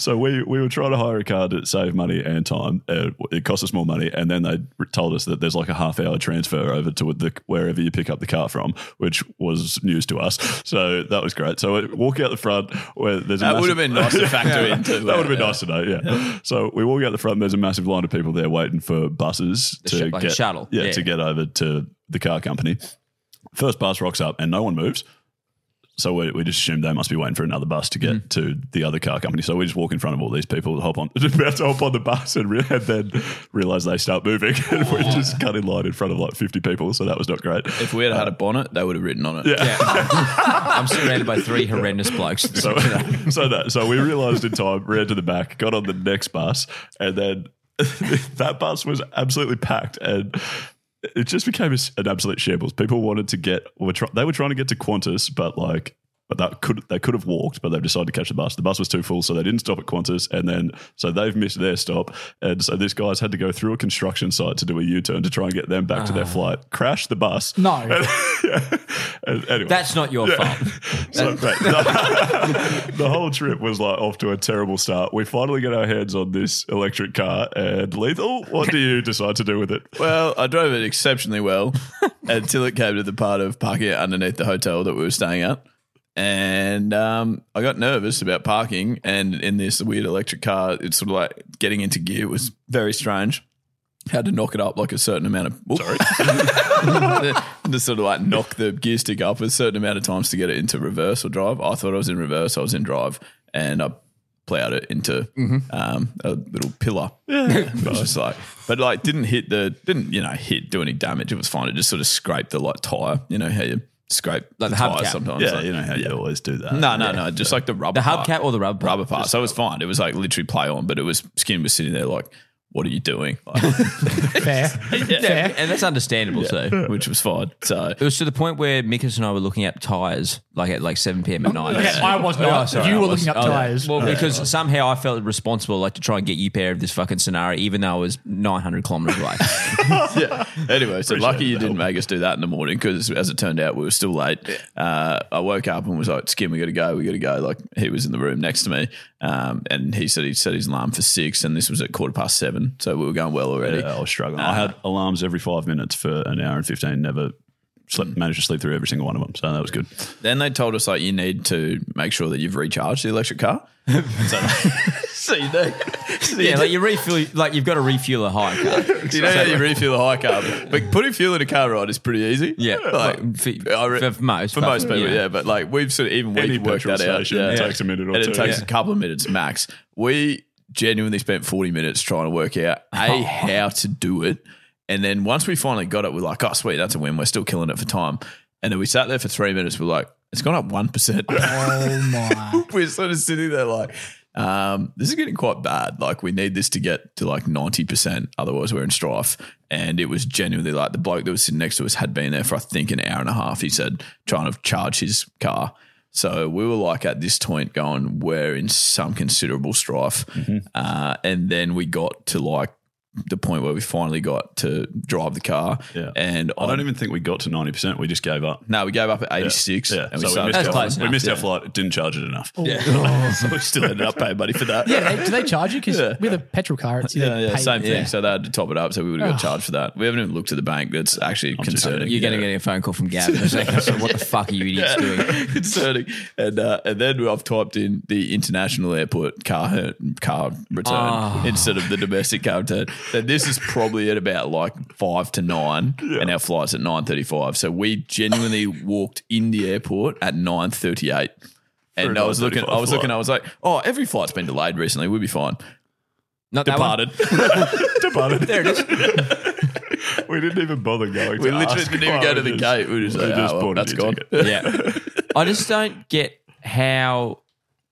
Speaker 6: so we, we were trying to hire a car to save money and time. Uh, it cost us more money, and then they told us that there's like a half hour transfer over to the wherever you pick up the car from, which was news to us. So that was great. So we walk out the front where there's a
Speaker 5: That
Speaker 6: massive-
Speaker 5: would have been nice to factor in too.
Speaker 6: that would have been nice to know. Yeah. So we walk out the front. There's a massive line of people there waiting for buses
Speaker 7: The
Speaker 6: to
Speaker 7: sh- like a
Speaker 6: get
Speaker 7: shuttle.
Speaker 6: Yeah,
Speaker 7: Yeah.
Speaker 6: to get over to the car company. First bus rocks up and no one moves. So we, we just assume they must be waiting for another bus to
Speaker 7: Hmm.
Speaker 6: get to the other car company. So we just walk in front of all these people, hop on, about to hop on the bus, and, re- and then realize they start moving, and we're
Speaker 7: Oh.
Speaker 6: just cut in line in front of like fifty people. So that was not great.
Speaker 5: If we had had a bonnet, they would have written on it.
Speaker 6: Yeah.
Speaker 7: I'm surrounded by three horrendous blokes.
Speaker 6: So, so that so we realized in time, ran to the back, got on the next bus, and then that bus was absolutely packed and. It just became a s an absolute shambles. People wanted to get, were try, they were trying to get to Qantas, but like, but that could they could have walked, but they've decided to catch the bus. The bus was too full, so they didn't stop at Qantas, and then so they've missed their stop, and so this guy's had to go through a construction site to do a U turn to try and get them back to their flight. Crash the bus.
Speaker 4: No.
Speaker 6: Yeah. And anyway,
Speaker 7: That's not your fault.
Speaker 6: so, mate, the, the whole trip was like off to a terrible start. We finally get our hands on this electric car, and lethal. What do you decide to do with it?
Speaker 5: Well, I drove it exceptionally well until it came to the part of parking it underneath the hotel that we were staying at. And um, I got nervous about parking. And in this weird electric car, it's sort of like getting into gear was very strange. had to knock it up like a certain amount of. Sorry. Just sort of like knock the gear stick up a certain amount of times to get it into reverse or drive. I thought I was in reverse. I was in drive, and I plowed it into
Speaker 7: Mhm.
Speaker 5: um, a little pillar.
Speaker 7: Yeah.
Speaker 5: It was just like, but like didn't hit the didn't you know hit do any damage. It was fine. It just sort of scraped the like tire. You know how you scrape
Speaker 7: Like
Speaker 5: the,
Speaker 7: the
Speaker 5: tire
Speaker 7: hubcap.
Speaker 5: sometimes.
Speaker 7: Yeah,
Speaker 5: like,
Speaker 7: you know
Speaker 6: how you always do that.
Speaker 5: No, no,
Speaker 6: Yeah.
Speaker 5: no. Just like the rubber.
Speaker 7: The hubcap
Speaker 5: or the rubber part? rubber part. So it was fine. It was like literally play on, but it was skin was sitting there like. What are you doing? Like,
Speaker 7: Yeah, and that's understandable too.
Speaker 5: Which was fine. So
Speaker 7: it was to the point where Mickus and I were looking up tires, like at like seven PM at night. Oh,
Speaker 4: Okay, I was not. You were looking up tyres.
Speaker 7: Well,
Speaker 4: Yeah.
Speaker 7: because somehow I felt responsible, like to try and get you pair of this fucking scenario, even though I was nine hundred kilometers away.
Speaker 5: yeah. Anyway, so lucky you didn't make us do that in the morning because, as it turned out, we were still late. Uh, I woke up and was like, "Skin, we got to go. We got to go." Like he was in the room next to me, um, and he said he set his alarm for six, and this was at quarter past seven, so we were going well already. Uh,
Speaker 6: Yeah, I was struggling. I had alarms every five minutes for an hour and 15, never slept, managed to sleep through every single one of them. So that was good.
Speaker 5: Then they told us like you need to make sure that you've recharged the electric car. so, so you know, so you
Speaker 7: yeah, like
Speaker 5: know-
Speaker 7: you refuel, like you've got to refuel a high car.
Speaker 5: you know how you refuel a high carb, but putting fuel in a car ride is pretty easy. Yeah, like for, most for
Speaker 7: but-
Speaker 5: most people,
Speaker 7: yeah.
Speaker 5: yeah. But like we've sort of even
Speaker 6: Any
Speaker 5: we worked
Speaker 6: petrol
Speaker 5: that out.
Speaker 6: station, it takes a minute or
Speaker 5: and
Speaker 6: two.
Speaker 5: it takes
Speaker 6: Yeah.
Speaker 5: a couple of minutes max. We genuinely spent forty minutes trying to work out a how to do it, and then once we finally got it, we're like, oh sweet, that's a win. We're still killing it for time. And then we sat there for three minutes. We're like, it's gone up one percent.
Speaker 4: Oh my!
Speaker 5: we're sort of sitting there like, um, this is getting quite bad. Like we need this to get to like ninety percent, otherwise we're in strife. And it was genuinely like the bloke that was sitting next to us had been there for I think an hour and a half. He said trying to charge his car. So we were like at this point going, we're in some considerable strife.
Speaker 6: Mm-hmm.
Speaker 5: Uh, and then we got to like the point where we finally got to drive the car. Yeah. And
Speaker 6: I don't even think we got to 90%. We just gave up.
Speaker 5: No, we gave up at 86.
Speaker 6: Yeah.
Speaker 5: and we
Speaker 6: so we
Speaker 5: started-
Speaker 6: missed,
Speaker 5: That's
Speaker 6: our,
Speaker 5: close
Speaker 6: we
Speaker 5: enough,
Speaker 6: missed our
Speaker 5: yeah.
Speaker 6: flight. Didn't charge it enough.
Speaker 5: Yeah. so we still ended up paying money for that.
Speaker 4: Oh. Yeah, they, do they charge you? Because with a petrol car, it's
Speaker 5: Yeah,
Speaker 4: either
Speaker 5: yeah,
Speaker 4: paid-
Speaker 5: same thing.
Speaker 4: Yeah.
Speaker 5: So they had to top it up. So we would have got
Speaker 4: Oh.
Speaker 5: charged for that. We haven't even looked at the bank. That's actually concerning.
Speaker 7: Um, You're going to get a phone call from Gavin. in a second. So what the fuck are you idiots doing?
Speaker 5: concerning. And uh, and then I've typed in the international airport car car return
Speaker 7: Oh.
Speaker 5: instead of the domestic car return. So this is probably at about like five to nine, and our flight's at nine thirty-five. So we genuinely walked in the airport at nine thirty-eight. And
Speaker 6: For a
Speaker 5: I was looking,
Speaker 6: 9:35
Speaker 5: I was looking,
Speaker 6: flight.
Speaker 5: I was like, oh, every flight's been delayed recently. We'll be fine.
Speaker 7: Not
Speaker 5: Departed.
Speaker 6: Departed.
Speaker 7: There it is.
Speaker 6: we didn't even bother going.
Speaker 5: We
Speaker 6: to
Speaker 5: literally
Speaker 6: ask.
Speaker 5: didn't even go to the
Speaker 6: just-
Speaker 5: gate. We were just
Speaker 6: we
Speaker 5: like,
Speaker 6: just
Speaker 5: "Ah, well,
Speaker 6: bought a
Speaker 5: that's
Speaker 6: new
Speaker 5: gone.
Speaker 6: ticket.
Speaker 7: yeah. I just don't get how,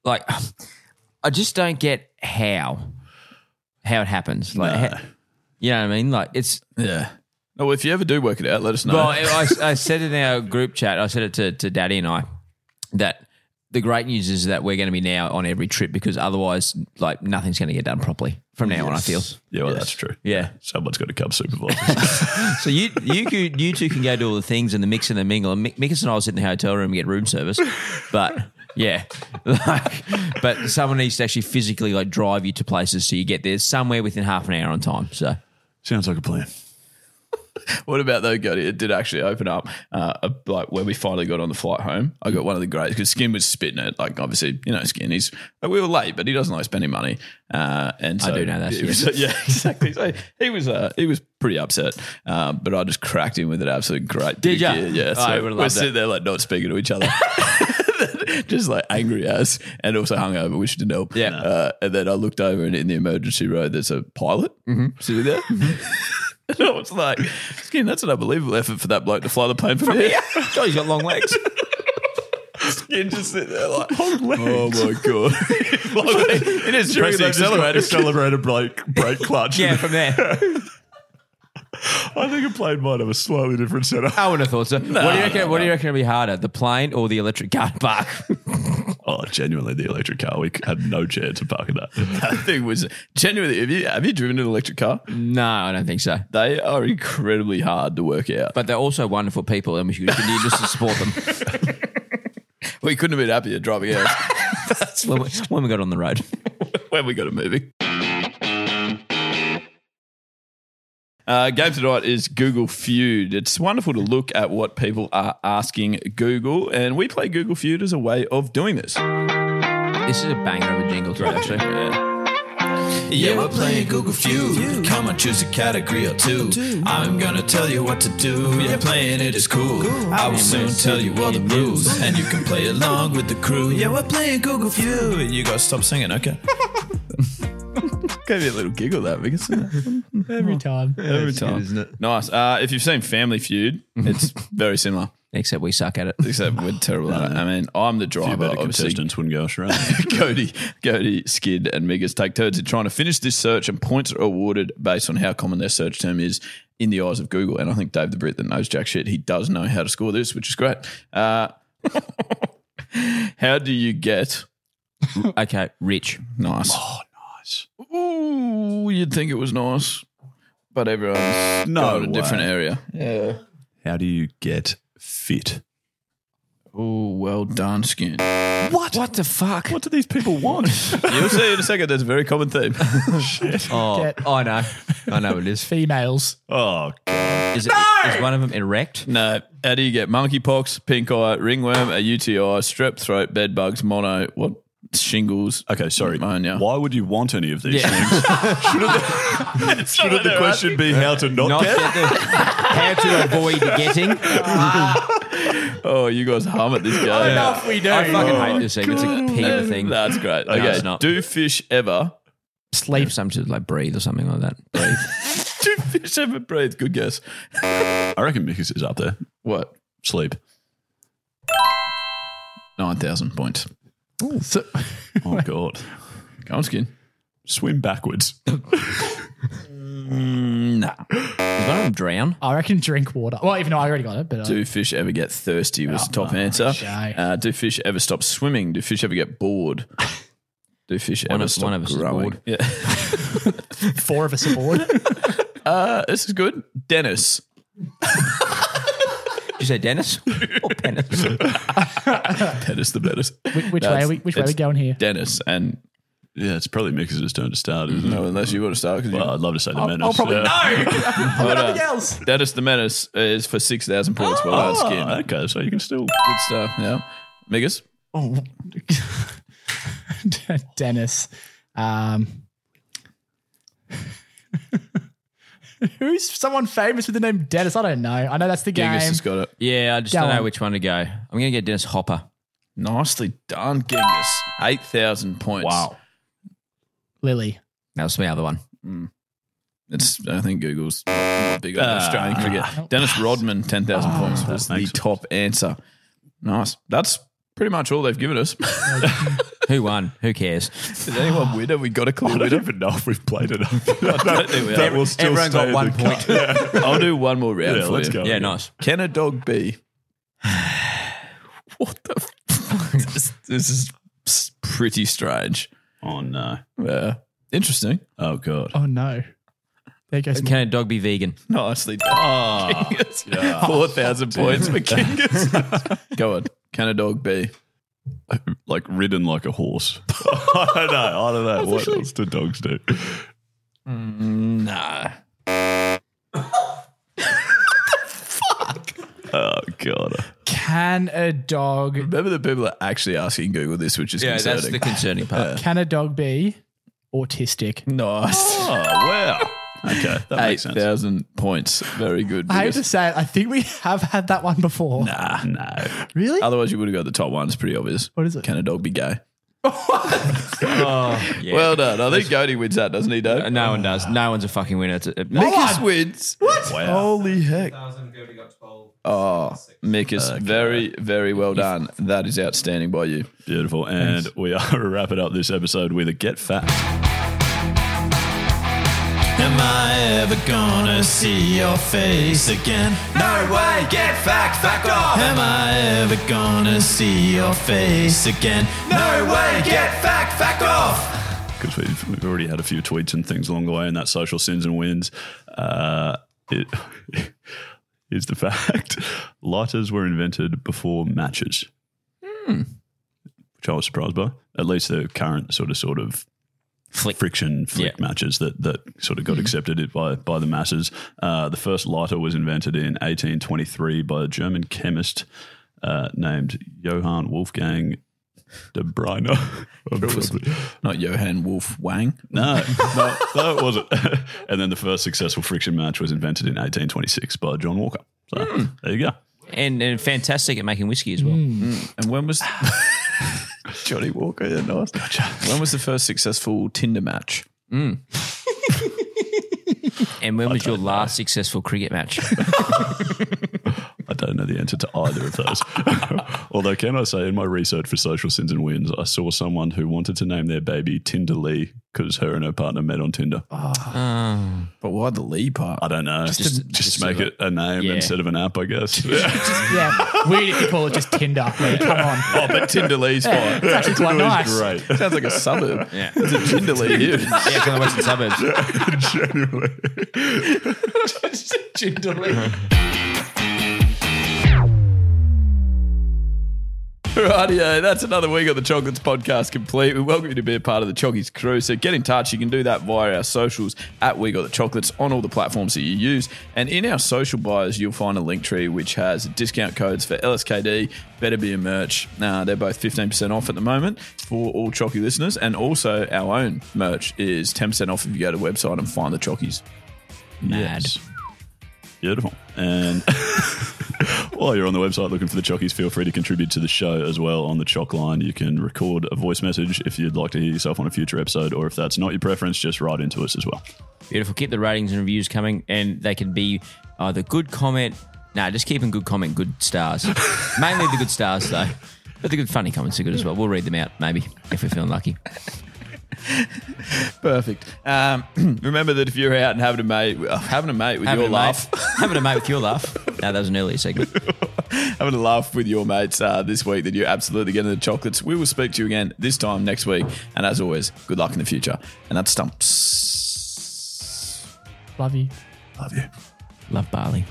Speaker 7: like, I just don't get how, how it happens. Like, how- you know what I mean? Like, it's
Speaker 5: yeah. Well, if you ever do work it out, let us know.
Speaker 7: Well, I, I said in our group chat, I said it to, to Daddy and I, that the great news is that we're going to be now on every trip because otherwise, like, nothing's going to get done properly from now on. I feel.
Speaker 6: Yeah, well, that's true.
Speaker 7: Yeah.
Speaker 6: Someone's got to come supervise.
Speaker 7: So you you could you two can go do all the things and the mix and the mingle. And Mick, Mickus and I will sit in the hotel room and get room service, but yeah, like, but someone needs to actually physically like drive you to places so you get there somewhere within half an hour on time. So
Speaker 6: sounds like a plan.
Speaker 5: What about though, Goody? It did actually open up. Uh, a- like when we finally got on the flight home, I got one of the greats because Skin was spitting it. Like obviously, you know, Skin. He's like, we were late, but he doesn't like spending money. Uh, and
Speaker 7: I
Speaker 5: so
Speaker 7: do know that,
Speaker 5: he
Speaker 7: yeah.
Speaker 5: was- yeah, exactly. So he was uh, he was pretty upset, um, but I just cracked him with an absolute great.
Speaker 7: Did
Speaker 5: big
Speaker 7: ya?
Speaker 5: year. Yeah. So
Speaker 7: I would've
Speaker 5: we're
Speaker 7: loved
Speaker 5: sitting
Speaker 7: that.
Speaker 5: there like not speaking to each other. Just like angry as, and also hungover, which didn't help. Yeah. Uh, and then I looked over, and in the emergency row, there's a pilot
Speaker 7: Mm-hmm.
Speaker 5: sitting there. And I was like, Skin, that's an unbelievable effort for that bloke to fly the plane from here.
Speaker 7: God, he's got long legs.
Speaker 5: Skin just sit there like, oh my God. it is during
Speaker 6: Press the
Speaker 5: the accelerator.
Speaker 6: accelerator, accelerator brake, brake clutch.
Speaker 7: yeah, from there.
Speaker 6: I think a plane might have a slightly different setup.
Speaker 7: I wouldn't have thought so. what do you reckon? What do you reckon would be harder, the plane or the electric car to park?
Speaker 6: Oh, genuinely, the electric car. We had no chance of parking that.
Speaker 5: That thing was genuinely. Have you have you driven an electric car?
Speaker 7: No, I don't think so.
Speaker 5: They are incredibly hard to work out,
Speaker 7: but they're also wonderful people, and we should continue just to support them.
Speaker 5: We couldn't have been happier driving out
Speaker 7: That's when, we, when we got on the road.
Speaker 5: when we got it moving. Uh, game tonight is Google Feud. It's wonderful to look at what people are asking Google, and we play Google Feud as a way of doing this.
Speaker 7: This is a banger of a jingle, too, actually.
Speaker 5: Yeah.
Speaker 10: Yeah, we're playing Google Feud. Come on, choose a category or two. I'm gonna tell you what to do. Yeah, playing it is cool. I will soon tell you all the rules, and you can play along with the crew. Yeah, we're playing Google Feud. You gotta stop singing, okay?
Speaker 5: Gave me a little giggle that because
Speaker 4: Every time.
Speaker 5: every time, isn't it? Nice. Uh, if you've seen Family Feud, it's very similar.
Speaker 7: Except we suck at it.
Speaker 5: Except we're terrible at it. I mean, I'm the driver.
Speaker 6: better
Speaker 5: obviously.
Speaker 6: contestants wouldn't go astray.
Speaker 5: Cody, Cody, Skid, and Migas take turns in trying to finish this search, and points are awarded based on how common their search term is in the eyes of Google. And I think Dave the Brit that knows jack shit, he does know how to score this, which is great. Uh, how do you get?
Speaker 7: okay, rich.
Speaker 5: Nice. Oh, nice. Ooh, you'd think it was nice, but everyone's
Speaker 6: No
Speaker 5: no a
Speaker 6: way.
Speaker 5: different area.
Speaker 7: Yeah.
Speaker 6: How do you get fit?
Speaker 5: Oh, well done, Skin.
Speaker 7: What? What the fuck?
Speaker 6: What do these people want?
Speaker 5: You'll see in a second. That's a very common theme.
Speaker 7: Oh,
Speaker 4: Get-
Speaker 7: I know. I know what it is.
Speaker 4: Females.
Speaker 6: Oh,
Speaker 7: Is, it, is one of them erect?
Speaker 5: No. How do you get monkeypox, pink eye, ringworm, a UTI, strep throat, bed bugs, mono, what? Shingles.
Speaker 6: Okay, sorry.
Speaker 5: Pneumonia.
Speaker 6: Why would you want any of these
Speaker 5: Yeah.
Speaker 6: things? Shouldn't the question be how to not,
Speaker 7: Not
Speaker 6: get?
Speaker 7: get the, how to avoid getting.
Speaker 5: Oh, you guys hum at this game.
Speaker 4: Enough we do.
Speaker 7: I fucking hate this thing. It's a pig of a thing.
Speaker 5: That's great.
Speaker 7: Oh, No,
Speaker 5: Okay.
Speaker 7: it's not.
Speaker 5: Do fish ever
Speaker 7: Sleep. Something like breathe or something like that. Breathe.
Speaker 5: do fish ever breathe? Good guess.
Speaker 6: I reckon Mickey's is up there.
Speaker 5: What?
Speaker 6: Sleep.
Speaker 5: Nine thousand points.
Speaker 4: So-
Speaker 6: Oh god.
Speaker 5: Go on, skin.
Speaker 6: Swim backwards.
Speaker 5: Mm,
Speaker 7: nah. Does one of them drown?
Speaker 4: I reckon drink water. Well, even though I already got it, but uh,
Speaker 5: Do fish ever get thirsty?
Speaker 7: Oh,
Speaker 5: Was the top answer.
Speaker 4: shy.
Speaker 5: Uh, do fish ever stop swimming? Do fish ever get bored? Do fish
Speaker 7: One
Speaker 5: ever
Speaker 7: of-
Speaker 5: stop
Speaker 7: one of us is
Speaker 5: growing?
Speaker 7: bored.
Speaker 5: Yeah.
Speaker 4: four of us aboard.
Speaker 5: Uh, this is good. Dennis.
Speaker 7: Did you say Dennis? or Dennis?
Speaker 6: Tennis the best.
Speaker 4: Wh- which
Speaker 5: No,
Speaker 4: way
Speaker 5: it's-
Speaker 4: are we? Which way are we
Speaker 5: it's-
Speaker 4: going here?
Speaker 5: Dennis and
Speaker 6: Yeah, it's probably Mickey's turn to start, isn't
Speaker 5: No,
Speaker 6: it?
Speaker 5: unless you want to start. Cause you,
Speaker 6: Well, I'd love to say the menace.
Speaker 4: I'll probably
Speaker 6: Yeah.
Speaker 4: no.
Speaker 5: Hold
Speaker 4: Nothing
Speaker 5: on.
Speaker 4: else.
Speaker 5: uh, Dennis the Menace is for 6,000 points. Well done,
Speaker 6: Oh,
Speaker 5: Skin.
Speaker 6: okay, so you can still.
Speaker 5: Good stuff. Yeah. Migas?
Speaker 4: Oh, Dennis. Um, who's someone famous with the name Dennis? I don't know. I know that's the game.
Speaker 5: Gigas has got it.
Speaker 7: Yeah, I just
Speaker 4: Go
Speaker 7: don't know
Speaker 4: on.
Speaker 7: which one to go. I'm going to get Dennis Hopper.
Speaker 5: Nicely done, Gigas. 8,000 points.
Speaker 4: Lily.
Speaker 7: That was the other one.
Speaker 5: It's, I think Google's not big on Australian cricket. Dennis Rodman, 10,000
Speaker 4: Ah,
Speaker 5: points was the
Speaker 6: makes
Speaker 5: top answer. Nice. That's pretty much all they've given us.
Speaker 7: Who won? Who cares?
Speaker 5: Did anyone win? Have we got a clue?
Speaker 6: I
Speaker 5: winner?
Speaker 6: don't even know if we've played it. that
Speaker 5: think we
Speaker 6: that
Speaker 5: have.
Speaker 6: will still
Speaker 7: Everyone
Speaker 6: stay
Speaker 7: got
Speaker 6: in
Speaker 7: one
Speaker 6: the cut.
Speaker 7: point.
Speaker 5: I'll do one more round
Speaker 6: Yeah,
Speaker 5: for
Speaker 6: let's
Speaker 5: you.
Speaker 6: go.
Speaker 7: Yeah, nice.
Speaker 5: Can a dog be? what the? Fuck? this, this is s- pretty strange.
Speaker 6: Oh no.
Speaker 5: Yeah. Interesting.
Speaker 6: Oh god.
Speaker 4: Oh no. There goes.
Speaker 7: Can a dog be vegan?
Speaker 5: Nicely done.
Speaker 6: Ah,
Speaker 5: Four thousand
Speaker 6: Oh,
Speaker 5: points for Kingus. go on. Can a dog be?
Speaker 6: Like ridden like a horse. I don't know. I don't know. What else do dogs do?
Speaker 5: Nah.
Speaker 6: Ah. Oh god.
Speaker 4: Can a dog?
Speaker 5: Remember the people are actually asking Google this, which is
Speaker 7: that's the
Speaker 5: concerning.
Speaker 7: concerning part.
Speaker 4: Can a dog be autistic?
Speaker 5: nice.
Speaker 6: Oh wow. Okay, that
Speaker 5: Eight
Speaker 6: makes sense.
Speaker 5: thousand points. Very good.
Speaker 4: I hate
Speaker 5: Biggest-
Speaker 4: to say it. I think we have had that one before.
Speaker 5: Nah, no.
Speaker 4: Really?
Speaker 5: Otherwise, you would have got the top one. It's pretty obvious.
Speaker 4: What is it?
Speaker 5: Can a dog be gay?
Speaker 7: Oh, yeah.
Speaker 5: Well done. I think Cody wins that, doesn't he, Dave?
Speaker 7: Uh, no one does. No one's a fucking winner. It's a,
Speaker 5: Mikus wins. What? Holy heck. Oh, Mikus, very, very well done. That is outstanding by you.
Speaker 6: Beautiful. And we are wrapping up this episode with a get fact.
Speaker 10: Am I ever gonna see your face again? No way, get fact, back off! Am I ever gonna see your face again? No way, get fact, back off!
Speaker 6: because we've, we've already had a few tweets and things along the way, and that social sins and wins. Uh, it is the fact lighters were invented before matches,
Speaker 7: Hmm.
Speaker 6: which I was surprised by. At least the current sort of sort of
Speaker 7: Flick.
Speaker 6: friction flick
Speaker 7: Yeah. Mm-hmm.
Speaker 6: matches that that sort of got accepted it by by the masses. Uh, the first lighter was invented in 1823 by a German chemist uh, named Johann Wolfgang
Speaker 11: De Bruyne. Probably.
Speaker 5: Not Johan Wolf Wang.
Speaker 11: No, no, no, it wasn't. and then the first successful friction match was invented in 1826 by John Walker. So
Speaker 5: Hmm.
Speaker 11: there you go.
Speaker 7: And, and fantastic at making whiskey as well.
Speaker 4: Mm.
Speaker 5: And when was Johnny Walker? Yeah, nice. When was the first successful Tinder match?
Speaker 7: And when was your last successful cricket match?
Speaker 11: I don't know the answer to either of those. Although, can I say, in my research for social sins and wins, I saw someone who wanted to name their baby Tinder Lee because her and her partner met on Tinder.
Speaker 5: Ah. But why the Lee part?
Speaker 11: I don't know. Just,
Speaker 5: Just-
Speaker 11: just, make it a name
Speaker 5: Yeah.
Speaker 11: instead of an app, I guess. Yeah.
Speaker 4: yeah, weird if you call it just Tinder. Like, come on.
Speaker 5: Oh, but Tinderlee's fine.
Speaker 4: Yeah, it's actually quite
Speaker 5: Tinderlee's
Speaker 4: nice.
Speaker 5: Great. Sounds like a suburb.
Speaker 7: Yeah.
Speaker 5: It's a Tinderlee here.
Speaker 7: yeah, from the western suburbs.
Speaker 11: Genuinely.
Speaker 5: Rightio, that's another week on the Chocolates Podcast complete. We welcome you to be a part of the Chockies crew. So get in touch. You can do that via our socials at We Got the Chocolates on all the platforms that you use. And in our social bios, you'll find a link tree which has discount codes for LSKD, Better Be a Merch. Uh, they're both 15% off at the moment for all Chocky listeners. And also our own merch is 10% off if you go to the website and find the Chockies.
Speaker 7: Mad.
Speaker 11: Beautiful. And while you're on the website looking for the Chockies, feel free to contribute to the show as well on the Chock line. You can record a voice message if you'd like to hear yourself on a future episode, or if that's not your preference, just write into us as well.
Speaker 7: Beautiful. Keep the ratings and reviews coming, and they can be either good comment. Nah, just keeping good comment, good stars. Mainly the good stars, though. But the good funny comments are good as well. We'll read them out, maybe, if we're feeling lucky.
Speaker 5: Perfect. Um, remember that if you're out and having a mate, uh, having a mate with
Speaker 7: Having
Speaker 5: your
Speaker 7: a mate-
Speaker 5: laugh.
Speaker 7: having a mate with your laugh. No, that was an earlier segment.
Speaker 5: having a laugh with your mates uh, this week that you're absolutely getting the chocolates. We will speak to you again this time next week. And as always, good luck in the future. And that's Stumps.
Speaker 4: Love you.
Speaker 5: Love you.
Speaker 7: Love Barley.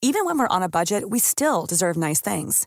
Speaker 12: Even when we're on a budget, we still deserve nice things.